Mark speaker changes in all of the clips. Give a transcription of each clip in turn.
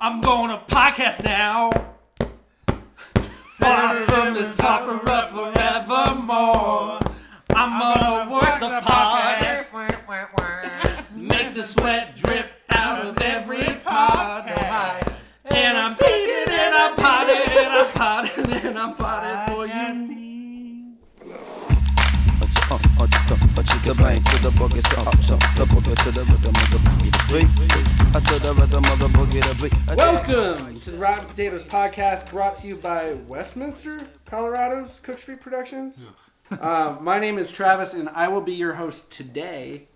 Speaker 1: I'm going to podcast now. Far from this opera forevermore. I'm gonna work the podcast, make the sweat drip out of every podcast. And I'm peeking and I'm potting and I'm potting and I'm potting for you.
Speaker 2: Up, up, up, up, to the bang, to the boogie, so up, up, the boogie, to the rhythm of the boogie, the beat. I to the rhythm of the boogie, the beat. I tell-
Speaker 3: Welcome to the Rotten Potatoes podcast, brought to you by Westminster, Colorado's Cook Street Productions. Uh, my name is Travis, and I will be your host today.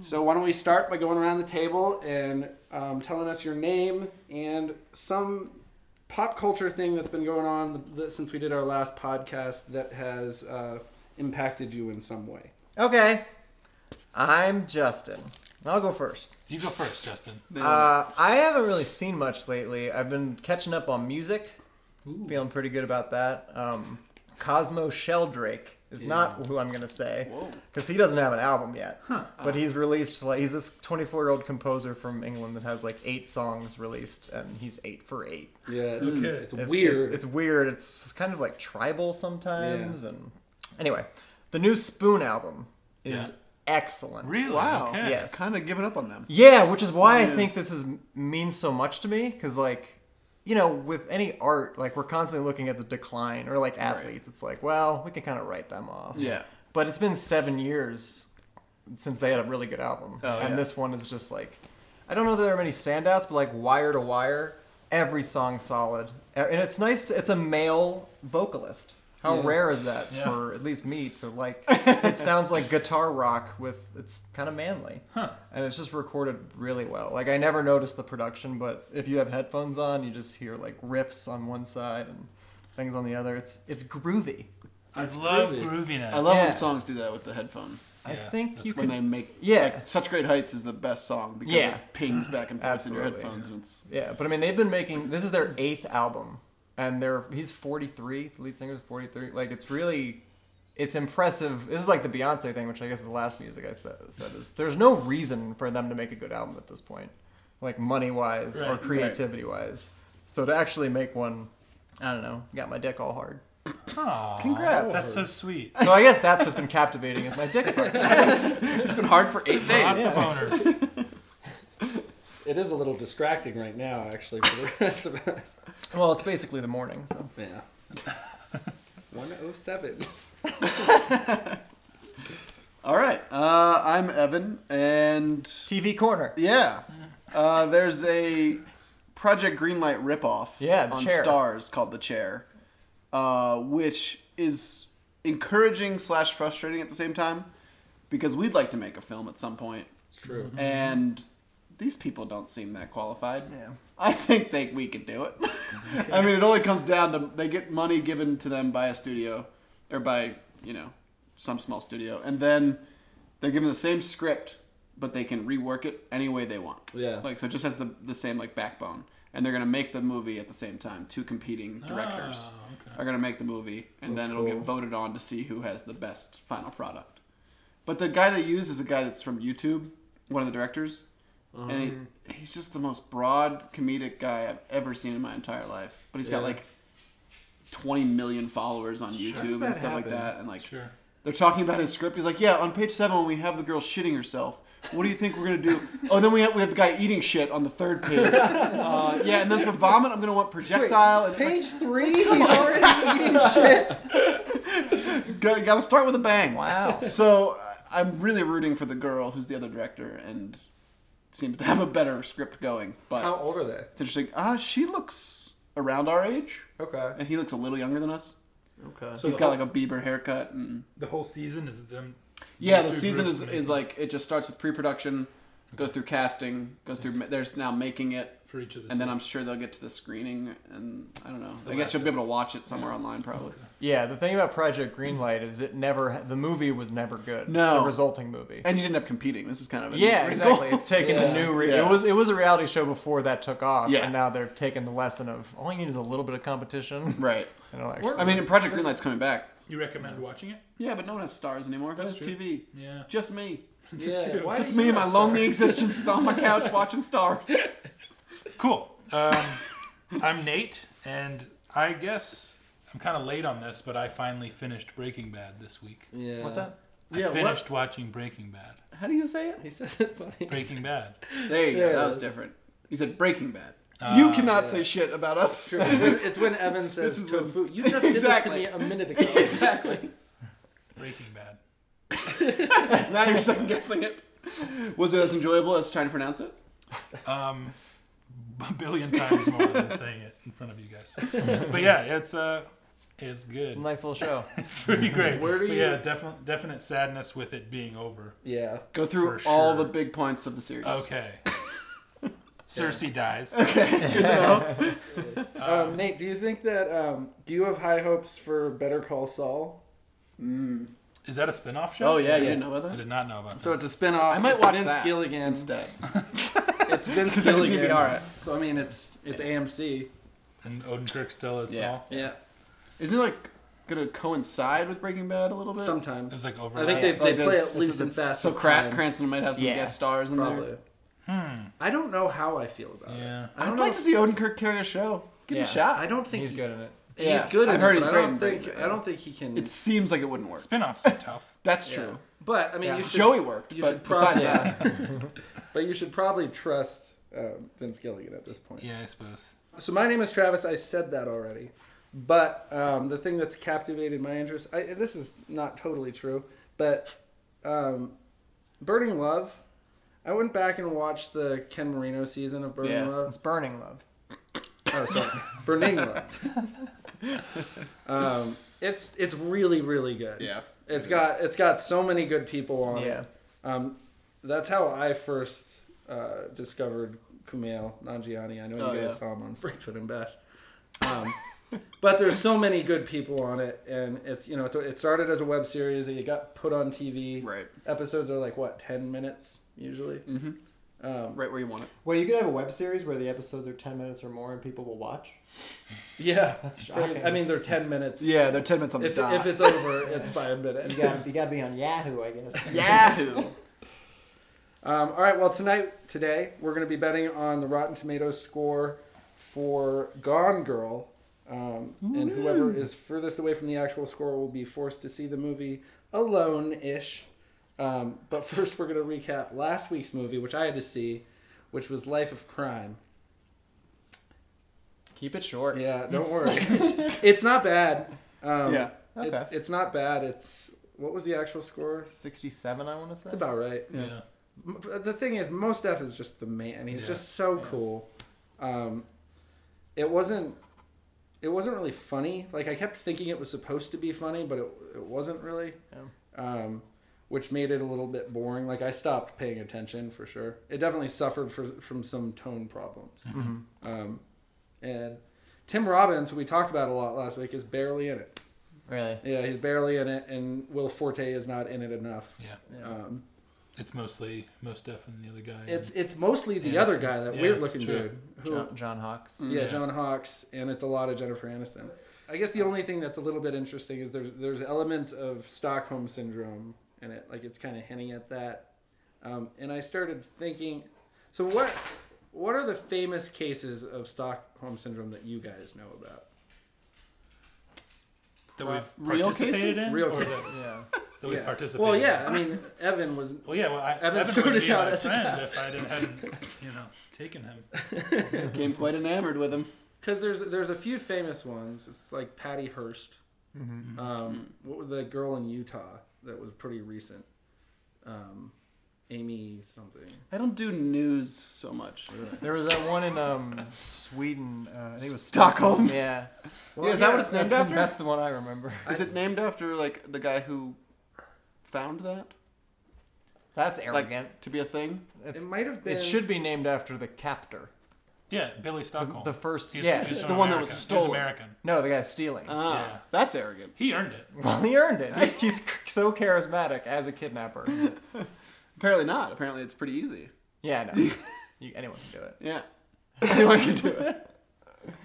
Speaker 3: So why don't we start by going around the table and um, telling us your name and some pop culture thing that's been going on th- th- since we did our last podcast that has uh, impacted you in some way.
Speaker 4: Okay. I'm Justin. I'll go first.
Speaker 5: You go first, Justin.
Speaker 4: Uh, I haven't really seen much lately. I've been catching up on music. Feeling pretty good about that. Um, Cosmo Sheldrake is not who I'm going to say because he doesn't have an album yet. But he's released, like, he's this 24 year old composer from England that has like eight songs released and he's eight for eight.
Speaker 3: Yeah, it's, it's
Speaker 4: It's
Speaker 3: weird.
Speaker 4: It's, it's weird. It's kind of like tribal sometimes. And anyway, the new Spoon album is
Speaker 5: Yeah.
Speaker 4: excellent.
Speaker 5: Really?
Speaker 6: Wow.
Speaker 5: Okay.
Speaker 4: Yes.
Speaker 6: Kind of giving up on them.
Speaker 4: Yeah, which is why I think this is means so much to me because like you know with any art like we're constantly looking at the decline or like athletes it's like well we can kind of write them off
Speaker 6: Yeah.
Speaker 4: but it's been seven years since they had a really good album
Speaker 6: Oh,
Speaker 4: and
Speaker 6: yeah.
Speaker 4: this one is just like i don't know that there are many standouts but like wire to wire every song solid E- and it's nice to, it's a male vocalist how rare is that for at least me to like it sounds like guitar rock with it's kind of manly and it's just recorded really well like i never noticed the production but if you have headphones on you just hear like riffs on one side and things on the other it's it's groovy
Speaker 5: I love
Speaker 3: groovy.
Speaker 5: grooviness.
Speaker 6: I love
Speaker 4: Yeah.
Speaker 6: when songs do that with the headphone.
Speaker 4: i
Speaker 5: Yeah,
Speaker 4: think you
Speaker 6: when
Speaker 4: can
Speaker 6: they make
Speaker 4: Yeah.
Speaker 6: like, such great heights is the best song because
Speaker 4: Yeah.
Speaker 6: it pings back and forth in your
Speaker 4: Absolutely.
Speaker 6: headphones and it's
Speaker 4: Yeah, but I mean, they've been making this is their eighth album, and they're he's 43. The lead singer's 43. Like it's really, it's impressive. This is like the Beyonce thing, which I guess is the last music I said, said is there's no reason for them to make a good album at this point, like money wise or
Speaker 5: Right,
Speaker 4: creativity wise. So to actually make one, I don't know, got my dick all hard.
Speaker 5: Aw,
Speaker 6: Congrats.
Speaker 5: That's so sweet.
Speaker 4: So I guess that's what's been captivating is my dick's hard.
Speaker 6: it's been hard for eight
Speaker 5: Hot
Speaker 6: days.
Speaker 5: boners.
Speaker 3: It is a little distracting right now, actually, for the rest of us.
Speaker 4: Well, it's basically the morning. So
Speaker 3: Yeah. 107.
Speaker 6: All right, uh, I'm Evan, and
Speaker 4: TV corner.
Speaker 6: yeah, uh, there's a Project Greenlight ripoff
Speaker 4: Yeah, The
Speaker 6: on
Speaker 4: Chair.
Speaker 6: Stars called The Chair, uh, which is encouraging slash frustrating at the same time because we'd like to make a film at some point
Speaker 3: It's true.
Speaker 4: Mm-hmm.
Speaker 6: and these people don't seem that qualified.
Speaker 4: Yeah.
Speaker 6: I think they, we could do it. I mean, it only comes down to they get money given to them by a studio or by, you know, some small studio. And then they're given the same script, but they can rework it any way they want.
Speaker 3: Yeah.
Speaker 6: Like, so it just has the, the same, like, backbone. And they're going to make the movie at the same time. Two competing directors
Speaker 5: Oh,
Speaker 6: are going to make the movie, and
Speaker 3: Ah, That's
Speaker 6: then it'll
Speaker 3: cool.
Speaker 6: get voted on to see who has the best final product. But the guy they use is a guy that's from YouTube, one of the directors, and
Speaker 3: Mm-hmm.
Speaker 6: he, he's just the most broad comedic guy I've ever seen in my entire life. But he's got
Speaker 3: Yeah.
Speaker 6: like 20 million followers on
Speaker 3: does
Speaker 6: YouTube
Speaker 3: that
Speaker 6: and stuff like
Speaker 3: happen?
Speaker 6: that, and like
Speaker 5: Sure.
Speaker 6: they're talking about his script. He's like, "Yeah, on page seven, when we have the girl shitting herself, what do you think we're gonna do?" Oh, then we have we have the guy eating shit on the third page. Uh, yeah, and then for vomit, I'm gonna want projectile. and
Speaker 3: Page three, he's already eating shit.
Speaker 6: Got, got to start with a bang.
Speaker 4: Wow.
Speaker 6: So uh, I'm really rooting for the girl who's the other director and seems to have a better script going. But
Speaker 3: How old are they?
Speaker 6: it's interesting. Ah, she looks around our age,
Speaker 3: Okay.
Speaker 6: and he looks a little younger than us.
Speaker 3: Okay.
Speaker 5: So
Speaker 6: He's
Speaker 5: the
Speaker 6: got
Speaker 5: whole-
Speaker 6: like a Bieber haircut. And...
Speaker 5: the whole season is them.
Speaker 6: Yeah,
Speaker 5: these two
Speaker 6: the season
Speaker 5: groups
Speaker 6: is,
Speaker 5: making
Speaker 6: is like it just starts with pre-production, goes through casting, goes through. ma- There's now making it,
Speaker 5: for each of the.
Speaker 6: and then I'm sure they'll get to the screening, and I don't know. I
Speaker 5: last
Speaker 6: guess you'll be able to watch it somewhere online probably.
Speaker 4: Yeah, the thing about Project Greenlight is it never the movie was never good.
Speaker 6: No.
Speaker 4: the resulting movie.
Speaker 6: And you didn't have competing. This is kind of a
Speaker 4: Yeah,
Speaker 6: neat wrinkle.
Speaker 4: exactly. It's taken
Speaker 3: Yeah.
Speaker 4: the new. Re-
Speaker 6: Yeah.
Speaker 4: It was it was a reality show before that took off,
Speaker 6: Yeah.
Speaker 4: and now they've taken the lesson of all you need is a little bit of competition.
Speaker 6: Right.
Speaker 4: And it'll actually-
Speaker 6: I mean, Project Greenlight's coming back.
Speaker 5: You recommend watching it?
Speaker 6: Yeah, but no one has stars anymore. That's
Speaker 5: true.
Speaker 6: TV.
Speaker 5: Yeah.
Speaker 6: Just me.
Speaker 3: Yeah.
Speaker 5: Just
Speaker 3: Why
Speaker 6: Just
Speaker 3: do
Speaker 6: me
Speaker 3: you
Speaker 6: and my
Speaker 3: have
Speaker 6: lonely existence on my couch watching stars.
Speaker 5: Cool. Um, I'm Nate, and I guess I'm kind of late on this, but I finally finished Breaking Bad this week.
Speaker 3: Yeah.
Speaker 4: What's that?
Speaker 6: Yeah,
Speaker 5: I
Speaker 6: what-
Speaker 5: finished watching Breaking Bad.
Speaker 6: How do you say it?
Speaker 3: He says it funny.
Speaker 5: Breaking Bad.
Speaker 6: There you
Speaker 3: Yeah.
Speaker 6: go. That was different. You said Breaking Bad. you cannot say shit about us.
Speaker 3: it's when Evan says
Speaker 6: is when-
Speaker 3: tofu. You just did
Speaker 6: Exactly.
Speaker 3: this to me a minute ago.
Speaker 6: exactly.
Speaker 5: Breaking Bad.
Speaker 6: Now you're second guessing it. Was it as enjoyable as trying to pronounce it?
Speaker 5: Um, a billion times more than saying it in front of you guys. But yeah, it's uh, it's good.
Speaker 4: Nice little show.
Speaker 5: It's pretty great.
Speaker 3: Where do
Speaker 5: but
Speaker 3: you-
Speaker 5: Yeah, definite definite sadness with it being over.
Speaker 3: Yeah.
Speaker 6: Go through
Speaker 5: For
Speaker 6: all
Speaker 5: sure.
Speaker 6: the big points of the series.
Speaker 5: Okay. Cersei dies.
Speaker 3: Um, Nate, do you think that um, do you have high hopes for Better Call Saul?
Speaker 5: Is that a spin-off show?
Speaker 6: Oh yeah, you didn't know about
Speaker 5: I
Speaker 6: that?
Speaker 5: did not know about
Speaker 3: So
Speaker 5: that.
Speaker 3: it's a spin-off.
Speaker 6: I might
Speaker 3: it's
Speaker 6: watch
Speaker 3: Vince
Speaker 6: that
Speaker 3: Gilligan.
Speaker 6: instead.
Speaker 3: It's Vince
Speaker 6: Because I can
Speaker 3: Gilligan.
Speaker 6: DVR it.
Speaker 3: So I mean, it's it's AMC.
Speaker 5: And Odenkirk still is
Speaker 6: Yeah.
Speaker 5: Saul.
Speaker 3: Yeah.
Speaker 6: Isn't it like gonna coincide with Breaking Bad a little bit?
Speaker 3: Sometimes.
Speaker 5: It's like over.
Speaker 3: I think they,
Speaker 6: Like
Speaker 3: they play
Speaker 6: this-
Speaker 3: it loose and fast.
Speaker 6: So
Speaker 3: with
Speaker 6: Cra-
Speaker 3: time,
Speaker 6: Cranston might have some
Speaker 4: Yeah.
Speaker 6: guest stars in
Speaker 3: probably.
Speaker 6: there.
Speaker 5: Hmm.
Speaker 3: I don't know how I feel about it.
Speaker 5: Yeah.
Speaker 3: I don't
Speaker 6: I'd
Speaker 3: know.
Speaker 6: like to see Odenkirk carry a show. Give him
Speaker 4: Yeah.
Speaker 6: a shot.
Speaker 3: I don't think
Speaker 4: He's
Speaker 3: he-
Speaker 4: good in it.
Speaker 3: He's
Speaker 6: Yeah,
Speaker 3: good.
Speaker 6: I've
Speaker 3: in
Speaker 6: heard
Speaker 3: it,
Speaker 6: he's
Speaker 3: but
Speaker 6: great
Speaker 3: I don't
Speaker 6: in
Speaker 3: think
Speaker 6: Breaking Bad.
Speaker 3: I don't think he can.
Speaker 6: It seems like it wouldn't work.
Speaker 5: Spin-offs are tough.
Speaker 6: That's
Speaker 3: yeah.
Speaker 6: true.
Speaker 3: But I mean,
Speaker 4: Yeah.
Speaker 3: you should,
Speaker 6: Joey worked,
Speaker 3: you should
Speaker 6: but besides
Speaker 3: probably-
Speaker 6: that,
Speaker 3: But you should probably trust um, Vince Gilligan at this point.
Speaker 5: Yeah, I suppose.
Speaker 3: So my name is Travis. I said that already. But um, the thing that's captivated my interest, I, this is not totally true, but um, Burning Love, I went back and watched the Ken Marino season of Burning
Speaker 6: Yeah.
Speaker 4: It's
Speaker 7: Uh,
Speaker 3: Love.
Speaker 4: burning love.
Speaker 3: Oh, sorry. Burning Love. um, it's it's really really good.
Speaker 6: yeah,
Speaker 3: It's
Speaker 6: it
Speaker 3: got it's got so many good people on
Speaker 4: Yeah.
Speaker 3: it. Um, that's how I first uh, discovered Kumail Nanjiani. I know you
Speaker 6: Oh,
Speaker 3: guys
Speaker 6: yeah.
Speaker 3: saw him on Frankfurt and Bash. Um, but there's so many good people on it, and it's you know it's, it started as a web series. and It got put on TV.
Speaker 6: is. right, Mm.
Speaker 3: Episodes are like what ten minutes usually. Mm-hmm. Um,
Speaker 6: right where you want it.
Speaker 7: Well, you could have a web series where the episodes are 10 minutes or more and people will watch.
Speaker 3: yeah,
Speaker 7: That's shocking.
Speaker 3: I mean they're ten minutes.
Speaker 6: Yeah, they're ten minutes on the
Speaker 3: If,
Speaker 6: dot.
Speaker 3: if it's over, it's by a minute.
Speaker 7: you got you got to be on Yahoo, I guess.
Speaker 6: Yahoo.
Speaker 3: Um, all right. Well, tonight, today, we're going to be betting on the Rotten Tomatoes score for Gone Girl, um, and whoever is furthest away from the actual score will be forced to see the movie alone-ish. Um, but first, we're going to recap last week's movie, which I had to see, which was Life of Crime.
Speaker 4: Keep it short.
Speaker 3: Yeah, don't worry, it's not bad. Um,
Speaker 6: yeah,
Speaker 3: it-
Speaker 4: Okay.
Speaker 3: it's not bad. It's what was the actual score?
Speaker 4: 67, I want to say.
Speaker 3: It's about right.
Speaker 5: Yeah.
Speaker 3: M- The thing is, Most Def is just the man. He's
Speaker 5: Yeah.
Speaker 3: just so
Speaker 5: Yeah.
Speaker 3: cool. Um, it wasn't. It wasn't really funny. Like I kept thinking it was supposed to be funny, but it, it wasn't really.
Speaker 4: Yeah.
Speaker 3: Um, which made it a little bit boring. Like I stopped paying attention for sure. It definitely suffered for, from some tone problems.
Speaker 5: Mm-hmm.
Speaker 4: Mhm.
Speaker 3: Um, and Tim Robbins, who we talked about a lot last week, is barely in it.
Speaker 4: Really?
Speaker 3: Yeah, he's barely in it, and Will Forte is not in it enough.
Speaker 5: Yeah.
Speaker 4: Yeah.
Speaker 3: Um,
Speaker 5: It's mostly most Def and the other guy.
Speaker 3: it's it's mostly the
Speaker 5: Yeah,
Speaker 3: other
Speaker 5: it's-
Speaker 3: guy, that
Speaker 5: yeah,
Speaker 3: weird
Speaker 5: it's
Speaker 3: looking
Speaker 5: true.
Speaker 3: dude. Who,
Speaker 4: John, John Hawks.
Speaker 3: yeah,
Speaker 5: Yeah.
Speaker 3: John Hawks, and it's a lot of Jennifer Aniston. I guess the only thing that's a little bit interesting is there's there's elements of Stockholm syndrome in it, like it's kind of hinting at that. Um, and I started thinking, so what what are the famous cases of Stockholm syndrome that you guys know about?
Speaker 5: that we've
Speaker 6: Real
Speaker 5: participated
Speaker 6: cases?
Speaker 5: in,
Speaker 3: uh, Real
Speaker 5: or
Speaker 3: cases.
Speaker 5: that,
Speaker 4: Yeah.
Speaker 5: that we've
Speaker 3: Yeah.
Speaker 5: participated.
Speaker 3: Well,
Speaker 5: in?
Speaker 3: yeah, I mean Evan was
Speaker 5: Well, yeah. Well, I,
Speaker 3: Evan
Speaker 5: Evan, would
Speaker 3: started
Speaker 5: be
Speaker 3: out
Speaker 5: my
Speaker 3: as a
Speaker 5: friend
Speaker 3: guy.
Speaker 5: if I didn't hadn't you know taken him.
Speaker 6: became quite enamored with him.
Speaker 3: because there's there's a few famous ones. It's like Patty Hearst.
Speaker 4: Mhm.
Speaker 6: Mm-hmm.
Speaker 3: Um, what was the girl in Utah that was pretty recent? Um, Amy something.
Speaker 6: I don't do news so much.
Speaker 4: There was that one in um, Sweden. Uh, I think it was
Speaker 6: Stockholm.
Speaker 4: Yeah.
Speaker 6: Yeah, is that what it's
Speaker 4: That's
Speaker 6: named
Speaker 4: the,
Speaker 6: after?
Speaker 4: that's the one I remember.
Speaker 6: Is it named after like the guy who found that
Speaker 4: That's arrogant.
Speaker 6: to be a thing?
Speaker 4: it's,
Speaker 3: It might have been.
Speaker 4: it should be named after the captor.
Speaker 5: Yeah, Billy Stockholm.
Speaker 4: The first.
Speaker 5: He's-
Speaker 4: yeah.
Speaker 5: he's from
Speaker 6: The one that was
Speaker 5: America.
Speaker 6: stolen.
Speaker 5: He's American.
Speaker 4: no, the guy stealing.
Speaker 6: Ah,
Speaker 5: Yeah.
Speaker 6: that's arrogant.
Speaker 5: He earned it.
Speaker 4: well, he earned it. He's, he's c- so charismatic as a kidnapper.
Speaker 6: Apparently not. Apparently it's pretty easy.
Speaker 4: Yeah, I know. You, anyone can do it.
Speaker 6: Yeah, anyone can do it.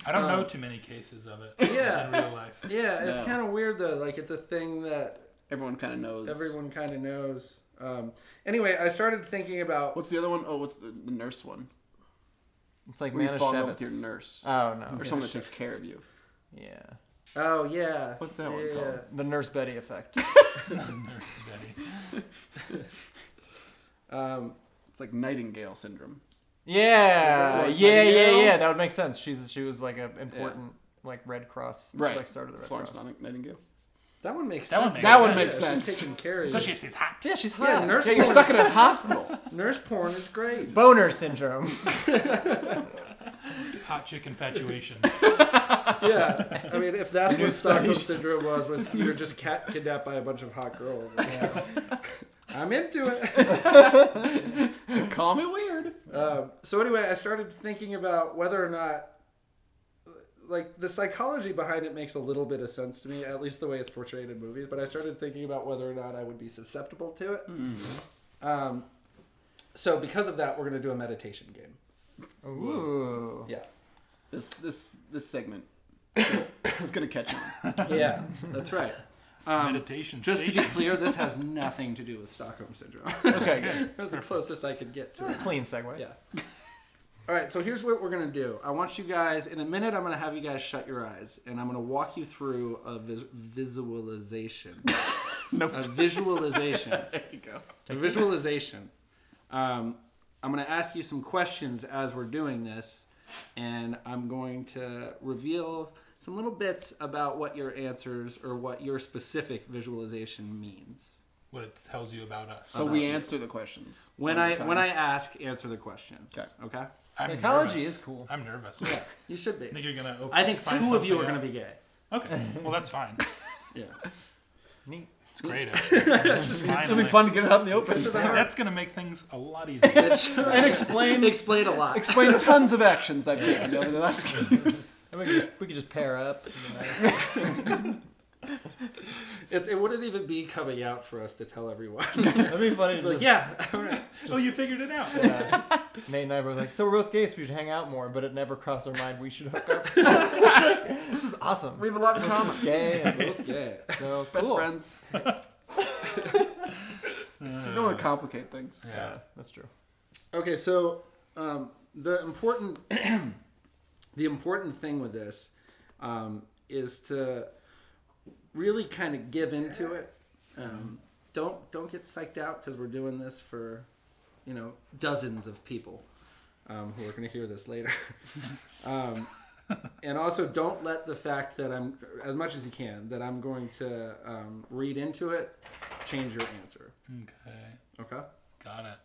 Speaker 5: I don't know too many cases of it.
Speaker 3: Uh, Yeah.
Speaker 5: In real life.
Speaker 3: Yeah, it's
Speaker 6: No.
Speaker 3: kind of weird though. Like it's a thing that
Speaker 6: Everyone kind of knows.
Speaker 3: everyone kind of knows. Um, anyway, I started thinking about
Speaker 6: What's the other one? Oh, what's the, the nurse one?
Speaker 4: It's like
Speaker 6: Where you fall in love
Speaker 4: Manischewitz.
Speaker 6: with your nurse
Speaker 4: Oh no.
Speaker 6: or someone that takes care of you.
Speaker 4: Yeah.
Speaker 3: Oh yeah.
Speaker 6: What's that one
Speaker 3: yeah.
Speaker 6: called?
Speaker 4: The Nurse Betty effect.
Speaker 5: Nurse Betty.
Speaker 3: Um,
Speaker 6: It's like Nightingale syndrome.
Speaker 4: Yeah.
Speaker 6: Florence
Speaker 4: Yeah, yeah,
Speaker 6: Nightingale?
Speaker 4: yeah. That would make sense. She's she was like a important like Red Cross.
Speaker 6: Right.
Speaker 4: Like started the Red
Speaker 6: Florence
Speaker 4: Cross.
Speaker 6: Nightingale.
Speaker 3: that one makes
Speaker 5: That one
Speaker 3: sense.
Speaker 5: makes That
Speaker 6: one sense. makes
Speaker 3: Yeah, she's
Speaker 6: sense.
Speaker 3: Taking care of you.
Speaker 5: Especially if she's hot.
Speaker 4: Yeah, she's hot.
Speaker 3: Yeah, nurse
Speaker 6: Yeah,
Speaker 3: porn.
Speaker 6: you're stuck in a hospital.
Speaker 3: nurse porn is great.
Speaker 4: Boner syndrome.
Speaker 5: Hot chick infatuation.
Speaker 3: yeah, I mean, if that's what
Speaker 6: just-
Speaker 3: Stockholm syndrome was, was you're just cat kidnapped by a bunch of hot girls. Yeah. I'm into it.
Speaker 6: Call me weird.
Speaker 3: Um, so anyway, I started thinking about whether or not, like, the psychology behind it makes a little bit of sense to me, at least the way it's portrayed in movies. But I started thinking about whether or not I would be susceptible to it. Um, so because of that, we're gonna do a meditation game.
Speaker 4: Ooh.
Speaker 3: Yeah,
Speaker 6: This this this segment. It's gonna catch on.
Speaker 3: yeah, that's right. Um,
Speaker 5: Meditation
Speaker 3: just to be
Speaker 5: station.
Speaker 3: clear, this has nothing to do with Stockholm syndrome.
Speaker 4: Okay, good.
Speaker 3: That's the closest I could get to it.
Speaker 4: Clean segue.
Speaker 3: Yeah. All right, so here's what we're going to do. I want you guys, in a minute, I'm going to have you guys shut your eyes, and I'm going to walk you through a vis- visualization. A visualization.
Speaker 6: There you go.
Speaker 3: a visualization. Um, I'm going to ask you some questions as we're doing this, and I'm going to reveal some little bits about what your answers or what your specific visualization means.
Speaker 5: what it tells you about us.
Speaker 4: Uh-huh.
Speaker 6: So we answer the questions.
Speaker 3: When
Speaker 6: one
Speaker 3: I
Speaker 6: at a
Speaker 3: when I
Speaker 6: time.
Speaker 3: ask, answer the questions.
Speaker 6: Okay.
Speaker 3: Okay.
Speaker 5: I'm
Speaker 4: Psychology
Speaker 5: nervous.
Speaker 4: is cool.
Speaker 5: I'm nervous.
Speaker 3: You should be.
Speaker 5: I think you're gonna. Open,
Speaker 3: I think
Speaker 5: find
Speaker 3: two of you are
Speaker 5: something
Speaker 3: going to
Speaker 5: out.
Speaker 3: be gay.
Speaker 5: Okay. Well, that's fine.
Speaker 3: Yeah.
Speaker 4: Neat.
Speaker 5: It's great. Actually.
Speaker 6: It'll be fun to get it out in the open.
Speaker 5: That's gonna make things a lot easier.
Speaker 6: and explain
Speaker 3: Explain a lot.
Speaker 6: explain tons of actions I've taken over the last few years.
Speaker 4: And we could, we could just pair up. you know.
Speaker 3: It, it wouldn't even be coming out for us to tell everyone.
Speaker 4: That'd be funny. To
Speaker 3: like,
Speaker 4: just,
Speaker 3: yeah, all right.
Speaker 5: oh, you figured it out.
Speaker 4: uh, Nate and I were like, so we're both gays. We should hang out more, but it never crossed our mind we should hook up. this is awesome.
Speaker 6: have a lot of
Speaker 4: We're just gay and
Speaker 3: Both gay.
Speaker 4: no,
Speaker 6: Best
Speaker 4: cool.
Speaker 6: friends. you don't want to complicate things.
Speaker 5: Yeah.
Speaker 4: That's true.
Speaker 3: Okay, so um, the important the important thing with this um, is to really kind of give into it. Um, don't don't get psyched out because we're doing this for you know dozens of people um, who are going to hear this later. um, and also, don't let the fact that I'm as much as you can that I'm going to um, read into it change your answer.
Speaker 5: Okay.
Speaker 3: Okay.
Speaker 5: Got it.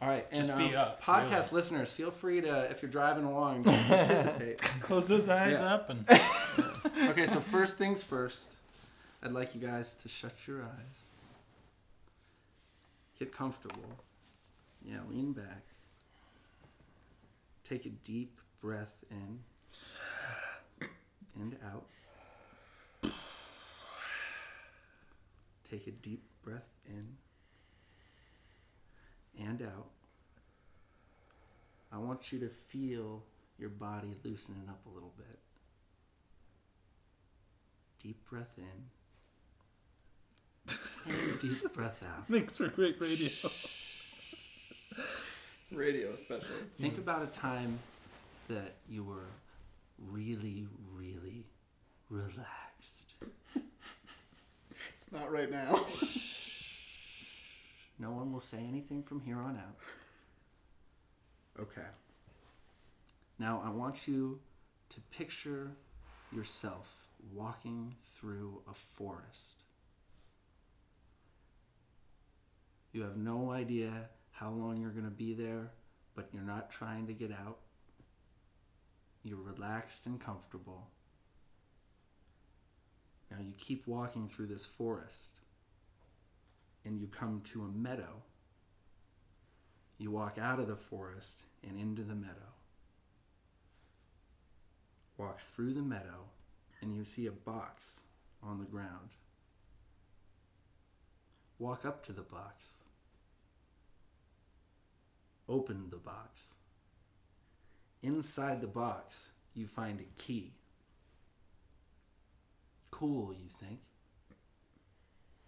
Speaker 3: All right, and
Speaker 5: Just be
Speaker 3: um,
Speaker 5: us,
Speaker 3: podcast listeners, feel free to if you're driving along, to participate.
Speaker 5: Close those eyes
Speaker 3: Yeah.
Speaker 5: up and
Speaker 3: okay, so first things first, I'd like you guys to shut your eyes, get comfortable, yeah, lean back, take a deep breath in and out, take a deep breath in and out. I want you to feel your body loosening up a little bit. Deep breath in. Deep breath out.
Speaker 5: thanks for great radio.
Speaker 6: Radio, especially.
Speaker 3: Think about a time that you were really, really relaxed.
Speaker 6: It's not right now.
Speaker 3: No one will say anything from here on out. Okay. Now I want you to picture yourself walking through a forest. You have no idea how long you're going to be there, but you're not trying to get out. You're relaxed and comfortable. Now you keep walking through this forest and you come to a meadow. You walk out of the forest and into the meadow. Walk through the meadow and you see a box on the ground. Walk up to the box. Open the box. Inside the box, you find a key. Cool, you think.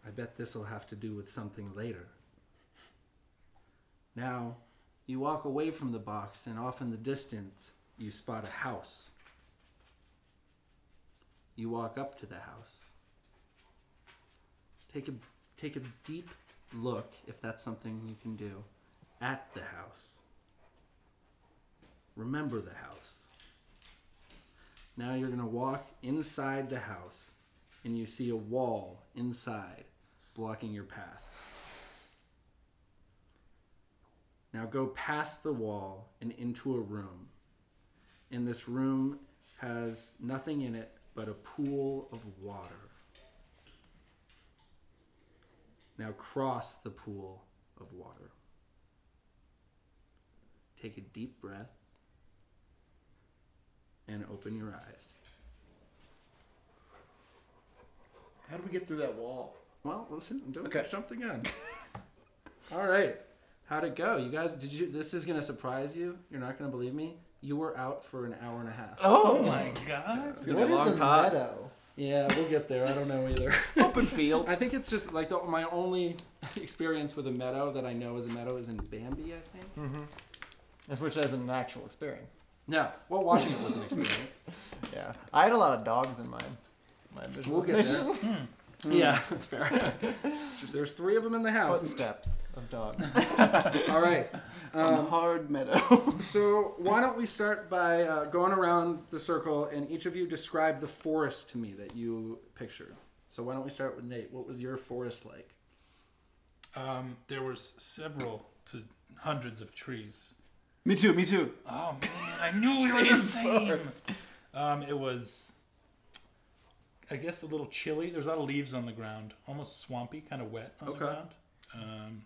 Speaker 3: I bet this'll have to do with something later. Now, You walk away from the box, and off in the distance, you spot a house. You walk up to the house. Take a take a deep look, if that's something you can do, at the house. Remember the house. Now you're gonna walk inside the house, and you see a wall inside, blocking your path. Now go past the wall and into a room. And this room has nothing in it but a pool of water. Now cross the pool of water. Take a deep breath and open your eyes.
Speaker 6: How do we get through that wall?
Speaker 3: Well, listen, I'm doing
Speaker 6: Okay.
Speaker 3: something on. All right. How'd it go? You guys, did you? This is going to surprise you. You're not going to believe me. You were out for an hour and a half.
Speaker 5: Oh my god.
Speaker 6: It's
Speaker 7: What is a
Speaker 6: pod.
Speaker 7: meadow?
Speaker 3: Yeah, we'll get there. I don't know either.
Speaker 6: Open field.
Speaker 3: I think it's just like the, my only experience with a meadow that I know is a meadow is in Bambi, I think.
Speaker 4: which isn't an actual experience.
Speaker 3: No, well, watching it was an experience.
Speaker 4: Yeah, I had a lot of dogs in mine. My
Speaker 3: We'll get
Speaker 4: visualization.
Speaker 3: there. Yeah, that's fair. There's three of them in the house.
Speaker 4: Footsteps of dogs.
Speaker 3: All right.
Speaker 6: on
Speaker 3: Um,
Speaker 6: hard meadow.
Speaker 3: so why don't we start by uh, going around the circle and each of you describe the forest to me that you picture. So why don't we start with Nate? What was your forest like?
Speaker 5: Um, there was several to hundreds of trees.
Speaker 6: me too. Me too.
Speaker 5: Oh man, I knew we were the
Speaker 6: Same
Speaker 5: same. Um, it was, I guess, a little chilly. There's a lot of leaves on the ground, almost swampy, kind of wet on
Speaker 3: Okay.
Speaker 5: the ground. Um,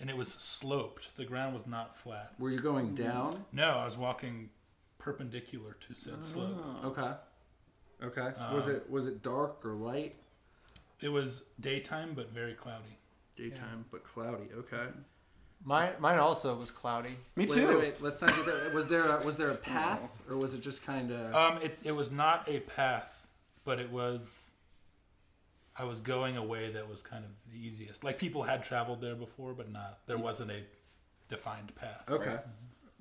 Speaker 5: and it was sloped. The ground was not flat.
Speaker 3: Were you going down?
Speaker 5: No, I was walking perpendicular to said slope.
Speaker 3: Okay. Okay. was it was it dark or light?
Speaker 5: It was daytime, but very cloudy.
Speaker 3: Daytime, but cloudy. Okay.
Speaker 4: Mine, mine also was cloudy.
Speaker 6: Me
Speaker 3: Wait,
Speaker 6: too.
Speaker 3: wait, wait. Let's not get that. Was there a, was there a path, or was it just kind of?
Speaker 5: Um, it, it was not a path, but it was. I was going a way that was kind of the easiest. Like people had traveled there before, but not. There wasn't a defined path.
Speaker 3: okay.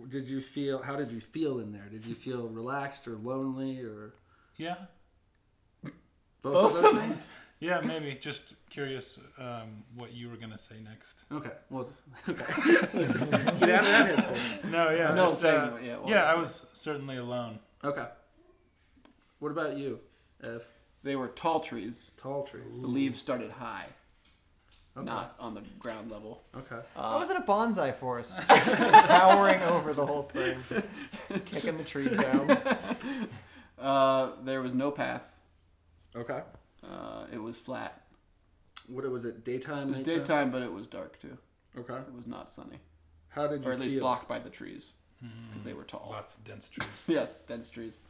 Speaker 3: Did you feel? How did you feel in there? Did you feel relaxed or lonely or
Speaker 5: Yeah,
Speaker 3: both, of those things?
Speaker 5: yeah, maybe. Just curious um, what you were gonna say next.
Speaker 3: Okay. Well. Okay. get out of that headphone.
Speaker 5: No, yeah,
Speaker 6: No,
Speaker 5: just,
Speaker 6: saying
Speaker 5: uh,
Speaker 6: what- yeah, what
Speaker 5: yeah.
Speaker 6: was
Speaker 5: I
Speaker 6: it?
Speaker 5: was certainly alone.
Speaker 3: Okay. What about you, Ev?
Speaker 6: They were tall trees.
Speaker 3: Tall trees.
Speaker 6: The leaves started high,
Speaker 3: Mm-hmm. Okay.
Speaker 6: not on the ground level.
Speaker 3: Okay.
Speaker 5: Uh,
Speaker 4: I was in a bonsai forest, towering over the whole thing, kicking the trees down.
Speaker 6: Uh, there was no path.
Speaker 3: Okay.
Speaker 6: Uh, it was flat.
Speaker 3: What was it? Daytime.
Speaker 6: It was daytime, but it was dark too.
Speaker 3: Okay.
Speaker 6: It was not sunny,
Speaker 3: How did you
Speaker 6: or at least
Speaker 3: feel?
Speaker 6: blocked by the trees because they were tall.
Speaker 5: Lots of dense trees.
Speaker 6: Yes, dense trees.